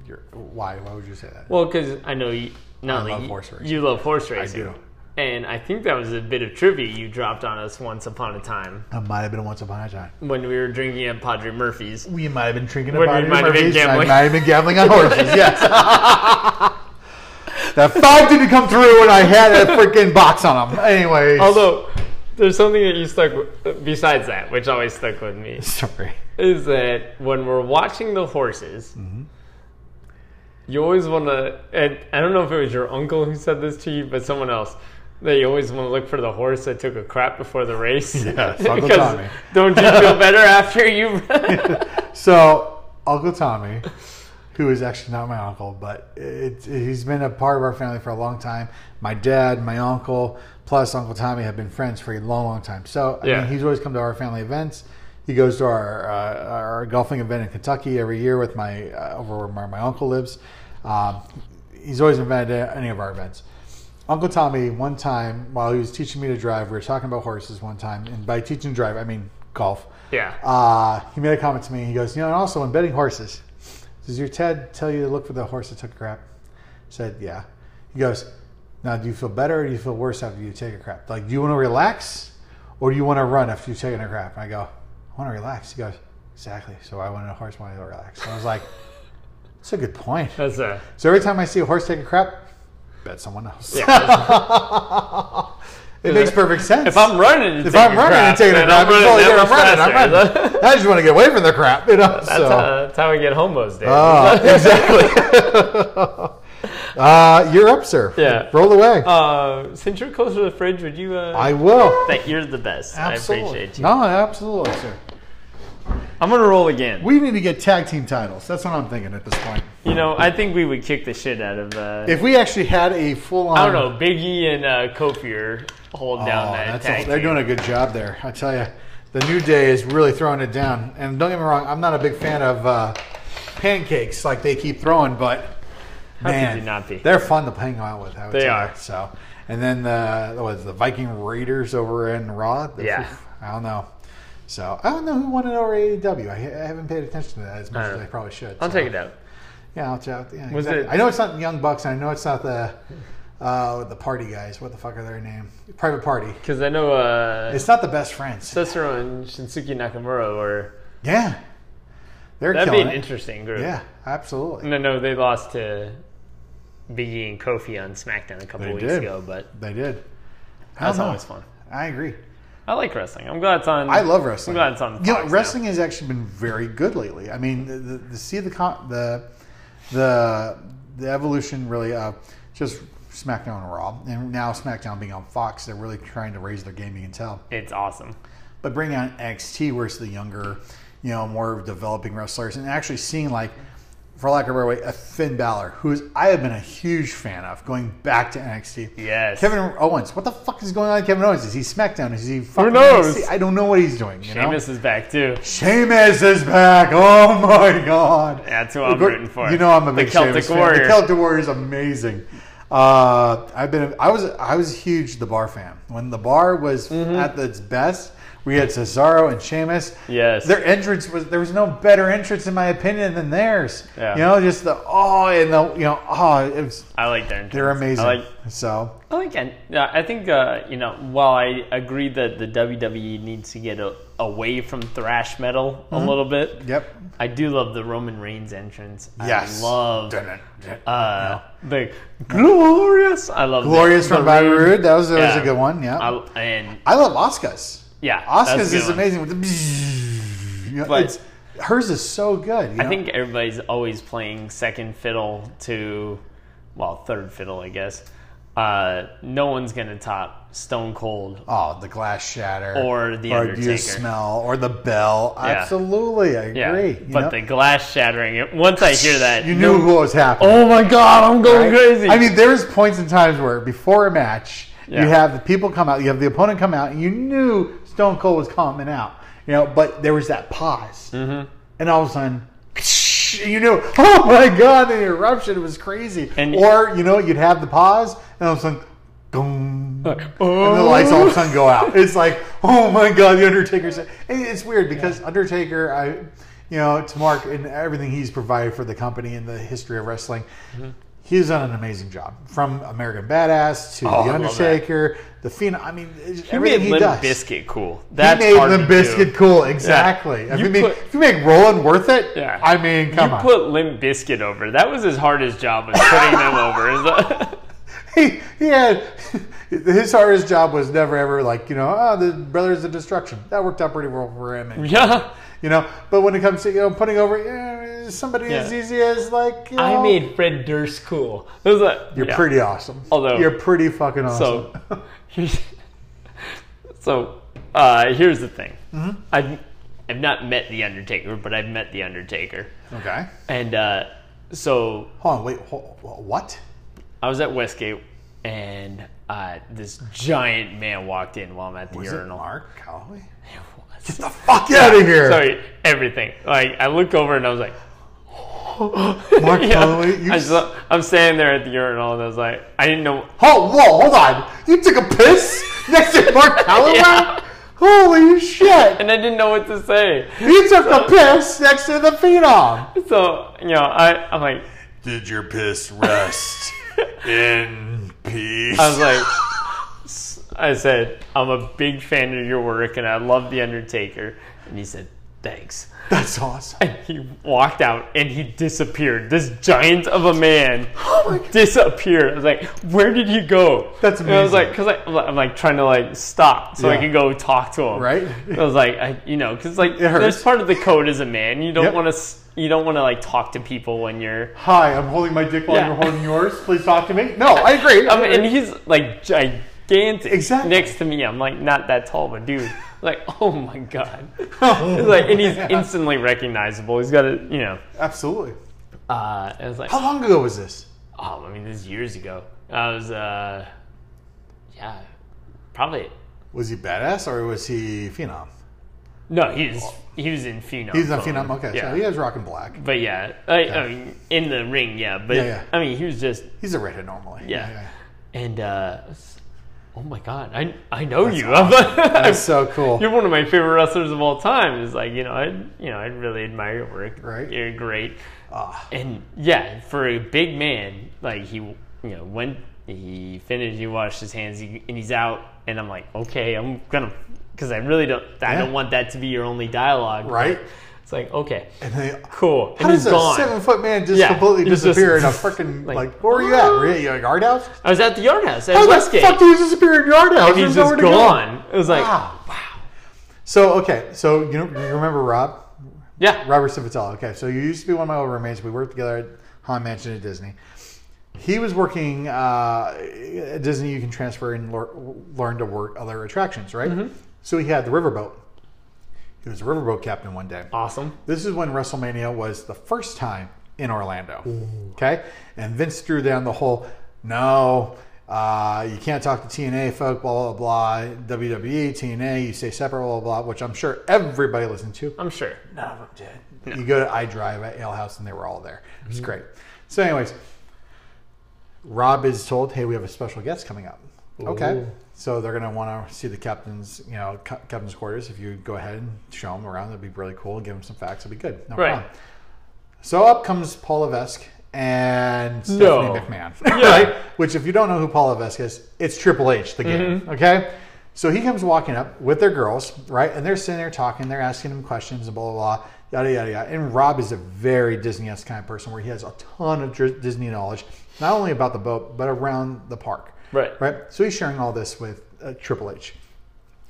[SPEAKER 1] You're, why? Why would you say that?
[SPEAKER 2] Well, because I know you. Not only
[SPEAKER 1] love
[SPEAKER 2] you-
[SPEAKER 1] horse racing.
[SPEAKER 2] You love horse racing.
[SPEAKER 1] do.
[SPEAKER 2] And I think that was a bit of trivia you dropped on us once upon a time
[SPEAKER 1] That might have been once upon a time.
[SPEAKER 2] when we were drinking at Padre Murphy's.
[SPEAKER 1] We might have been drinking
[SPEAKER 2] When
[SPEAKER 1] about
[SPEAKER 2] we might have been gambling.
[SPEAKER 1] I might have been gambling on horses.
[SPEAKER 2] <laughs>
[SPEAKER 1] Yes. that five didn't come through when I had a freaking box on them. Anyways,
[SPEAKER 2] Although there's something that you stuck with, besides that, which always stuck with me,
[SPEAKER 1] sorry.
[SPEAKER 2] is that when we're watching the horses,
[SPEAKER 1] Mm-hmm.
[SPEAKER 2] you always want to. And I don't know if it was your uncle who said this to you, but someone else. That you always want to look for the horse that took a crap before the race.
[SPEAKER 1] Yes,
[SPEAKER 2] <laughs>
[SPEAKER 1] Uncle
[SPEAKER 2] Because
[SPEAKER 1] Tommy.
[SPEAKER 2] Don't
[SPEAKER 1] <laughs>
[SPEAKER 2] you feel better after you?
[SPEAKER 1] So Uncle Tommy, who is actually not my uncle, but it, he's been a part of our family for a long time. My dad, my uncle, plus Uncle Tommy have been friends for a long, long time. So I
[SPEAKER 2] Yeah.
[SPEAKER 1] mean, he's always come to our family events. He goes to our uh, our golfing event in Kentucky every year with my uh, over where my, my uncle lives. Um, he's always invited to any of our events. Uncle Tommy, one time while he was teaching me to drive, we were talking about horses one time, and by teaching to drive, I mean golf
[SPEAKER 2] yeah.
[SPEAKER 1] uh, he made a comment to me. He goes, you know, and also when betting horses, does your Ted tell you to look for the horse that took a crap? I said, yeah. He goes, now do you feel better or do you feel worse after you take a crap? Like, do you want to relax or do you want to run after you've taken a crap? And I go, I want to relax. He goes, exactly. So I wanted a horse wanted to relax. And I was like, <laughs> that's a good point.
[SPEAKER 2] That's a
[SPEAKER 1] So every time I see a horse take a crap, bet someone else. <laughs> it makes perfect sense.
[SPEAKER 2] If I'm running, and
[SPEAKER 1] If I'm
[SPEAKER 2] taking
[SPEAKER 1] running and
[SPEAKER 2] crap,
[SPEAKER 1] taking a
[SPEAKER 2] then
[SPEAKER 1] crap,
[SPEAKER 2] I'm
[SPEAKER 1] it's
[SPEAKER 2] running, that
[SPEAKER 1] all good, I'm
[SPEAKER 2] much
[SPEAKER 1] running, I'm
[SPEAKER 2] faster.
[SPEAKER 1] running. <laughs> I just want to get away from the crap, you know.
[SPEAKER 2] <laughs> That's,
[SPEAKER 1] so,
[SPEAKER 2] how, that's how we get home those days. <laughs>
[SPEAKER 1] Oh, exactly. uh, you're up, sir.
[SPEAKER 2] Yeah.
[SPEAKER 1] Roll away.
[SPEAKER 2] <laughs> Uh, since you're closer to the fridge, would you? Uh,
[SPEAKER 1] I will.
[SPEAKER 2] that you're the best.
[SPEAKER 1] Absolutely.
[SPEAKER 2] I appreciate you.
[SPEAKER 1] No, absolutely, sir.
[SPEAKER 2] I'm gonna roll again.
[SPEAKER 1] We need to get tag team titles. That's what I'm thinking at this point.
[SPEAKER 2] you know, I think we would kick the shit out of. Uh,
[SPEAKER 1] If we actually had a full on.
[SPEAKER 2] I don't know, Biggie and uh, Kofi are holding down that tag.
[SPEAKER 1] they're
[SPEAKER 2] team.
[SPEAKER 1] doing Oh, a good job there. I tell you, the New Day is really throwing it down. And don't get me wrong, I'm not a big fan of uh, pancakes like they keep throwing, but
[SPEAKER 2] could
[SPEAKER 1] man,
[SPEAKER 2] you not be?
[SPEAKER 1] they're fun to hang out with. I would
[SPEAKER 2] They
[SPEAKER 1] tell you.
[SPEAKER 2] are.
[SPEAKER 1] So, and then the what is it, the Viking Raiders over in Raw. They're-
[SPEAKER 2] Yeah.
[SPEAKER 1] I don't know. So I don't know who won it over AEW. E I, I haven't paid attention to that as much
[SPEAKER 2] I
[SPEAKER 1] as
[SPEAKER 2] don't-
[SPEAKER 1] I probably should.
[SPEAKER 2] I'll
[SPEAKER 1] so.
[SPEAKER 2] take it out.
[SPEAKER 1] Yeah, I'll check out. Yeah,
[SPEAKER 2] Was
[SPEAKER 1] exactly.
[SPEAKER 2] it-
[SPEAKER 1] I know it's not the Young Bucks, and I know it's not the uh, the party guys. What the fuck are their name? Private Party.
[SPEAKER 2] Because I know uh,
[SPEAKER 1] It's not the best friends.
[SPEAKER 2] Cicero and Shinsuke Nakamura were.
[SPEAKER 1] Yeah, they're
[SPEAKER 2] That'd be
[SPEAKER 1] killing
[SPEAKER 2] an
[SPEAKER 1] it.
[SPEAKER 2] interesting Mm. group.
[SPEAKER 1] Yeah, absolutely.
[SPEAKER 2] No, no, they lost to Biggie and Kofi on SmackDown a couple
[SPEAKER 1] They
[SPEAKER 2] weeks
[SPEAKER 1] did.
[SPEAKER 2] ago, but
[SPEAKER 1] They did. I don't
[SPEAKER 2] that's
[SPEAKER 1] know.
[SPEAKER 2] always fun.
[SPEAKER 1] I agree.
[SPEAKER 2] I like wrestling. I'm glad it's on.
[SPEAKER 1] I love wrestling.
[SPEAKER 2] I'm glad it's on. Fox
[SPEAKER 1] You know,
[SPEAKER 2] now.
[SPEAKER 1] wrestling has actually been very good lately. I mean, the, the, the see the con- the the the evolution really uh, just SmackDown and Raw, and now SmackDown being on Fox, they're really trying to raise their game. You can tell.
[SPEAKER 2] It's awesome.
[SPEAKER 1] but bringing on NXT, where it's the younger, you know, more developing wrestlers, and actually seeing like, for lack of a better way, a Finn Balor, who's I have been a huge fan of, going back to NXT.
[SPEAKER 2] Yes.
[SPEAKER 1] Kevin Owens, what the fuck is going on with Kevin Owens? Is he SmackDown? Is he fucking
[SPEAKER 2] knows?
[SPEAKER 1] NXT? I don't know what he's doing. You
[SPEAKER 2] Sheamus is back too.
[SPEAKER 1] know, Sheamus is back. Oh my god.
[SPEAKER 2] That's who I'm rooting for.
[SPEAKER 1] You know, I'm a big
[SPEAKER 2] the Celtic
[SPEAKER 1] Sheamus
[SPEAKER 2] Warrior.
[SPEAKER 1] Fan. The Celtic Warrior is amazing.
[SPEAKER 2] Mm-hmm.
[SPEAKER 1] Uh, I've been. I was. I was a huge. The Bar fan when the Bar was at its best. We had Cesaro and Sheamus.
[SPEAKER 2] Yes.
[SPEAKER 1] Their entrance was there was no better entrance in my opinion than theirs.
[SPEAKER 2] Yeah.
[SPEAKER 1] You know, just the oh and the you know oh it was
[SPEAKER 2] I like their entrance.
[SPEAKER 1] they're amazing.
[SPEAKER 2] I like,
[SPEAKER 1] so
[SPEAKER 2] Oh, I like and yeah, I think uh, you know while I agree that the WWE needs to get a, away from thrash metal
[SPEAKER 1] Mm-hmm.
[SPEAKER 2] a little bit.
[SPEAKER 1] yep.
[SPEAKER 2] I do love the Roman Reigns entrance.
[SPEAKER 1] Yes.
[SPEAKER 2] I love
[SPEAKER 1] Dun, dun, dun.
[SPEAKER 2] uh, the glorious. I love
[SPEAKER 1] Glorious
[SPEAKER 2] the,
[SPEAKER 1] from
[SPEAKER 2] the
[SPEAKER 1] Bobby
[SPEAKER 2] Reigns.
[SPEAKER 1] Roode. That was, that was
[SPEAKER 2] Yeah.
[SPEAKER 1] a good one. Yeah. I,
[SPEAKER 2] I, and
[SPEAKER 1] love Oscars.
[SPEAKER 2] yeah, that's
[SPEAKER 1] Oscars
[SPEAKER 2] a good
[SPEAKER 1] is
[SPEAKER 2] one.
[SPEAKER 1] amazing with the. bzzz, you know,
[SPEAKER 2] But-
[SPEAKER 1] it's, hers is so good. you
[SPEAKER 2] I
[SPEAKER 1] know?
[SPEAKER 2] think everybody's always playing second fiddle to, well, third fiddle, I guess. Uh, no one's gonna top Stone Cold
[SPEAKER 1] Oh, the glass shatter.
[SPEAKER 2] or the
[SPEAKER 1] or do
[SPEAKER 2] Undertaker.
[SPEAKER 1] you smell? Or the bell? Absolutely, I
[SPEAKER 2] yeah,
[SPEAKER 1] agree. you
[SPEAKER 2] but
[SPEAKER 1] know?
[SPEAKER 2] the glass shattering. It once I hear that,
[SPEAKER 1] you knew what was happening.
[SPEAKER 2] Oh my God, I'm going
[SPEAKER 1] right?
[SPEAKER 2] crazy.
[SPEAKER 1] I mean, there's points in times where before a match,
[SPEAKER 2] Yeah.
[SPEAKER 1] you have the people come out, you have the opponent come out, and you knew Stone Cold was coming out, you know. But there was that pause,
[SPEAKER 2] Mm-hmm.
[SPEAKER 1] and all of a sudden. <laughs> You knew, oh my god, the eruption was crazy.
[SPEAKER 2] And-
[SPEAKER 1] or you know, you'd have the pause, and all of a sudden, boom, and the lights
[SPEAKER 2] Oh.
[SPEAKER 1] all of a sudden go out. It's like, oh my god, the Undertaker's. and It's weird because Undertaker, I, you know, to Mark and everything he's provided for the company in the history of wrestling,
[SPEAKER 2] Mm-hmm.
[SPEAKER 1] he's done an amazing job. From American Badass to
[SPEAKER 2] Oh,
[SPEAKER 1] the
[SPEAKER 2] I love that.
[SPEAKER 1] Undertaker, the Fiend. I mean, it's-
[SPEAKER 2] you
[SPEAKER 1] everything
[SPEAKER 2] made
[SPEAKER 1] he
[SPEAKER 2] Limp
[SPEAKER 1] does.
[SPEAKER 2] Biscuit cool. That's
[SPEAKER 1] he made
[SPEAKER 2] hard to
[SPEAKER 1] Limp
[SPEAKER 2] do.
[SPEAKER 1] Biscuit cool, exactly. If,
[SPEAKER 2] You
[SPEAKER 1] you make,
[SPEAKER 2] put-
[SPEAKER 1] if you make Roland worth it,
[SPEAKER 2] Yeah.
[SPEAKER 1] I mean,
[SPEAKER 2] You
[SPEAKER 1] come on.
[SPEAKER 2] put Limp Biscuit over. That was his hardest job was putting them over. Is that-
[SPEAKER 1] <laughs>
[SPEAKER 2] <laughs>
[SPEAKER 1] he, he had <laughs> his hardest job was never ever like you know oh the brothers of destruction that worked out pretty well for him and,
[SPEAKER 2] yeah.
[SPEAKER 1] you know but when it comes to you know putting over yeah, somebody as
[SPEAKER 2] Yeah.
[SPEAKER 1] easy as like you know,
[SPEAKER 2] I made Fred Durst cool. It was like,
[SPEAKER 1] you're
[SPEAKER 2] yeah.
[SPEAKER 1] pretty awesome
[SPEAKER 2] Although-
[SPEAKER 1] you're pretty fucking awesome <laughs>
[SPEAKER 2] So, here's, <laughs> so uh, here's the thing.
[SPEAKER 1] Mm-hmm.
[SPEAKER 2] I've I've not met the Undertaker, but I've met the Undertaker,
[SPEAKER 1] okay
[SPEAKER 2] and uh, so
[SPEAKER 1] hold on wait ho- what
[SPEAKER 2] I was at Westgate, and uh, this giant man walked in while I'm at the
[SPEAKER 1] was it
[SPEAKER 2] urinal. <laughs>
[SPEAKER 1] Mark Calloway
[SPEAKER 2] Get the
[SPEAKER 1] fuck out of here
[SPEAKER 2] Sorry, everything. Like I look over and I was like, <laughs>
[SPEAKER 1] Mark Calloway you
[SPEAKER 2] I
[SPEAKER 1] s-
[SPEAKER 2] saw, I'm standing there at the urinal and I was like, I didn't know.
[SPEAKER 1] oh whoa hold on you took a piss next to Mark Calloway
[SPEAKER 2] <laughs> Yeah.
[SPEAKER 1] holy shit
[SPEAKER 2] And I didn't know what to say.
[SPEAKER 1] He took the piss next to the phenom.
[SPEAKER 2] So, you know, I, I'm like,
[SPEAKER 1] Did your piss
[SPEAKER 2] <laughs>
[SPEAKER 1] rest in peace?
[SPEAKER 2] I was like, s- I said, I'm a big fan of your work and I love The Undertaker. And he said, thanks.
[SPEAKER 1] That's awesome.
[SPEAKER 2] And <laughs> he walked out and he disappeared. This giant of a man <laughs>
[SPEAKER 1] Oh
[SPEAKER 2] disappeared. I was like, where did he go?
[SPEAKER 1] That's
[SPEAKER 2] And I was
[SPEAKER 1] amazing.
[SPEAKER 2] like, cause I, I'm like- I'm like trying to like stop so I
[SPEAKER 1] Yeah.
[SPEAKER 2] can go talk to him.
[SPEAKER 1] Right?
[SPEAKER 2] I was like, I, you know, cause like
[SPEAKER 1] hurts.
[SPEAKER 2] there's part of the code as a man. You don't
[SPEAKER 1] Yep.
[SPEAKER 2] want to, you don't want to like talk to people when you're
[SPEAKER 1] Hi, I'm holding my dick while
[SPEAKER 2] Yeah.
[SPEAKER 1] you're holding yours. Please talk to me. No, I agree.
[SPEAKER 2] I mean, and he's like gigantic.
[SPEAKER 1] Exactly.
[SPEAKER 2] Next to me, I'm like not that tall,
[SPEAKER 1] <laughs>
[SPEAKER 2] but dude, like, oh my god.
[SPEAKER 1] Oh,
[SPEAKER 2] It's <laughs> like, and he's instantly recognizable. He's got a, you know,
[SPEAKER 1] Absolutely.
[SPEAKER 2] uh, and it's like,
[SPEAKER 1] How
[SPEAKER 2] oh,
[SPEAKER 1] long ago was this?
[SPEAKER 2] I mean, this is years ago. I was, uh, yeah, probably.
[SPEAKER 1] Was he badass or was he phenom?
[SPEAKER 2] No, he was. He was in Phenom.
[SPEAKER 1] He's a
[SPEAKER 2] Zone.
[SPEAKER 1] phenom. Okay,
[SPEAKER 2] Yeah.
[SPEAKER 1] so he was rocking black.
[SPEAKER 2] But yeah, I, I mean, in the ring, yeah. But
[SPEAKER 1] Yeah, yeah.
[SPEAKER 2] I mean, he was just,
[SPEAKER 1] He's a redhead normally.
[SPEAKER 2] yeah. And uh, oh my god, I I know you. <laughs>
[SPEAKER 1] That's so cool.
[SPEAKER 2] You're one of my favorite wrestlers of all time. It's like you know, I you know, I really admire your work.
[SPEAKER 1] Right.
[SPEAKER 2] You're great.
[SPEAKER 1] Ah,
[SPEAKER 2] And yeah, for a big man, like he, you know, when he finished, he washed his hands, he, and he's out. And I'm like, okay, I'm gonna, because I really don't, I
[SPEAKER 1] Yeah.
[SPEAKER 2] don't want that to be your only dialogue.
[SPEAKER 1] right?
[SPEAKER 2] It's like okay,
[SPEAKER 1] And then,
[SPEAKER 2] cool.
[SPEAKER 1] how
[SPEAKER 2] and
[SPEAKER 1] does
[SPEAKER 2] he's
[SPEAKER 1] a
[SPEAKER 2] gone.
[SPEAKER 1] seven foot man just
[SPEAKER 2] Yeah,
[SPEAKER 1] completely
[SPEAKER 2] he's just- <laughs>
[SPEAKER 1] disappear in a freaking, like,
[SPEAKER 2] like,
[SPEAKER 1] where were you at? Were you at your yard house?
[SPEAKER 2] I was at the yard house at
[SPEAKER 1] How the
[SPEAKER 2] Westgate.
[SPEAKER 1] fuck do you disappear in your yard house?
[SPEAKER 2] and he's
[SPEAKER 1] There's nowhere
[SPEAKER 2] just
[SPEAKER 1] to go. Ah.
[SPEAKER 2] gone. It was like,
[SPEAKER 1] Wow. So okay, so you know, do you remember Rob,
[SPEAKER 2] yeah,
[SPEAKER 1] Robert Civitella? Okay, so you used to be one of my old roommates. We worked together at Haunted Mansion at Disney. He was working uh, at Disney. You can transfer and lear- learn to work other attractions, right? So he had the riverboat. He was a riverboat captain one day.
[SPEAKER 2] awesome.
[SPEAKER 1] This is when WrestleMania was the first time in Orlando. Okay? And Vince threw down the whole no, uh, you can't talk to TNA folk, blah, blah, E, blah. WWE, TNA, you stay separate, blah, blah, blah, which I'm sure everybody listened to.
[SPEAKER 2] I'm sure.
[SPEAKER 1] None of them did. You go to iDrive at Ale House and they were all there. It
[SPEAKER 2] Mm-hmm.
[SPEAKER 1] was great. So, anyways, Rob is told, hey, we have a special guest coming up. Okay. So they're going to want to see the captain's, you know, ca- captain's quarters. If you go ahead and show them around, that'd be really cool. Give them some facts. It'd be good. No
[SPEAKER 2] Right.
[SPEAKER 1] problem. So up comes Paul Levesque and Stephanie
[SPEAKER 2] No.
[SPEAKER 1] McMahon. <laughs> right? Which, if you don't know who Paul Levesque is, it's Triple H, the game.
[SPEAKER 2] Mm-hmm.
[SPEAKER 1] Okay. So he comes walking up with their girls, right? And they're sitting there talking. They're asking him questions and blah blah blah. Yada yada yada. And Rob is a very Disney-esque kind of person, where he has a ton of dr- Disney knowledge, not only about the boat but around the park.
[SPEAKER 2] Right.
[SPEAKER 1] Right. So he's sharing all this with uh, Triple H,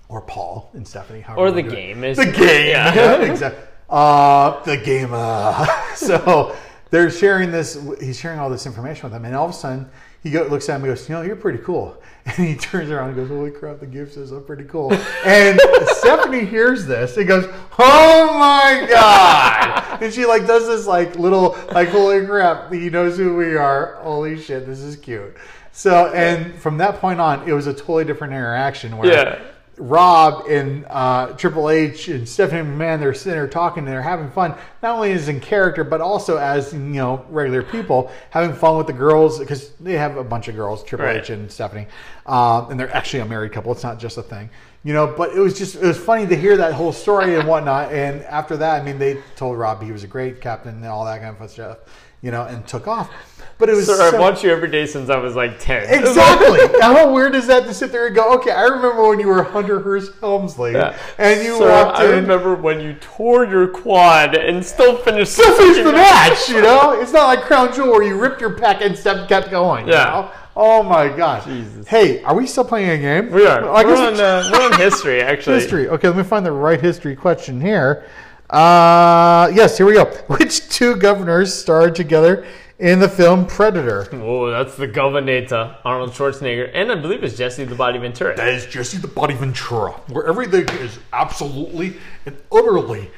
[SPEAKER 1] or Paul and Stephanie, however
[SPEAKER 2] Or
[SPEAKER 1] you
[SPEAKER 2] the
[SPEAKER 1] wanna do it.
[SPEAKER 2] game is <laughs>
[SPEAKER 1] The game. Yeah, <laughs> exactly. Uh, the game. Uh. <laughs> so they're sharing this. He's sharing all this information with them, and all of a sudden he go, looks at him and goes, "You know, you're pretty cool." <laughs> And he turns around and goes, "Holy crap!" The gift says, "I'm pretty
[SPEAKER 2] <laughs>
[SPEAKER 1] cool." And Stephanie hears this and goes, "Oh my god!" And she like does this like little like, "Holy crap!" He knows who we are. Holy shit! This is cute. So and from that point on, it was a totally different interaction where.
[SPEAKER 2] Yeah.
[SPEAKER 1] Rob and uh, Triple H and Stephanie McMahon, they're sitting there talking and they're having fun, not only as in character, but also as, you know, regular people, having fun with the girls, because they have a bunch of girls, Triple
[SPEAKER 2] Right.
[SPEAKER 1] H and Stephanie. Um, and they're actually a married couple. It's not just a thing, you know, but it was just, it was funny to hear that whole story and whatnot. And after that, I mean, they told Rob he was a great captain and all that kind of stuff, you know, and took off. But it was
[SPEAKER 2] Sir, I've
[SPEAKER 1] so-
[SPEAKER 2] watched you every day since I was like <laughs> 10.
[SPEAKER 1] Exactly. <laughs> How weird is that to sit there and go, okay, I remember when you were Hunter Hearst Helmsley
[SPEAKER 2] Yeah.
[SPEAKER 1] and you
[SPEAKER 2] Sir,
[SPEAKER 1] walked
[SPEAKER 2] I
[SPEAKER 1] in. <laughs>
[SPEAKER 2] remember when you tore your quad and still finished
[SPEAKER 1] Still finished
[SPEAKER 2] <laughs>
[SPEAKER 1] the match, you know? It's not like Crown Jewel where you ripped your pack and stuff kept going. you
[SPEAKER 2] Yeah.
[SPEAKER 1] know? Oh my gosh.
[SPEAKER 2] Jesus.
[SPEAKER 1] Hey, are we still playing a game?
[SPEAKER 2] We are.
[SPEAKER 1] I guess
[SPEAKER 2] we're, on,
[SPEAKER 1] it's
[SPEAKER 2] uh, we're
[SPEAKER 1] <laughs>
[SPEAKER 2] on history, actually.
[SPEAKER 1] history. Okay, let me find the right history question here. Uh, yes, here we go. <laughs> Which two governors starred together in the film Predator?
[SPEAKER 2] Oh, that's the Governator, Arnold Schwarzenegger, and I believe it's Jesse the Body Ventura.
[SPEAKER 1] That is Jesse the Body Ventura, where everything is absolutely and utterly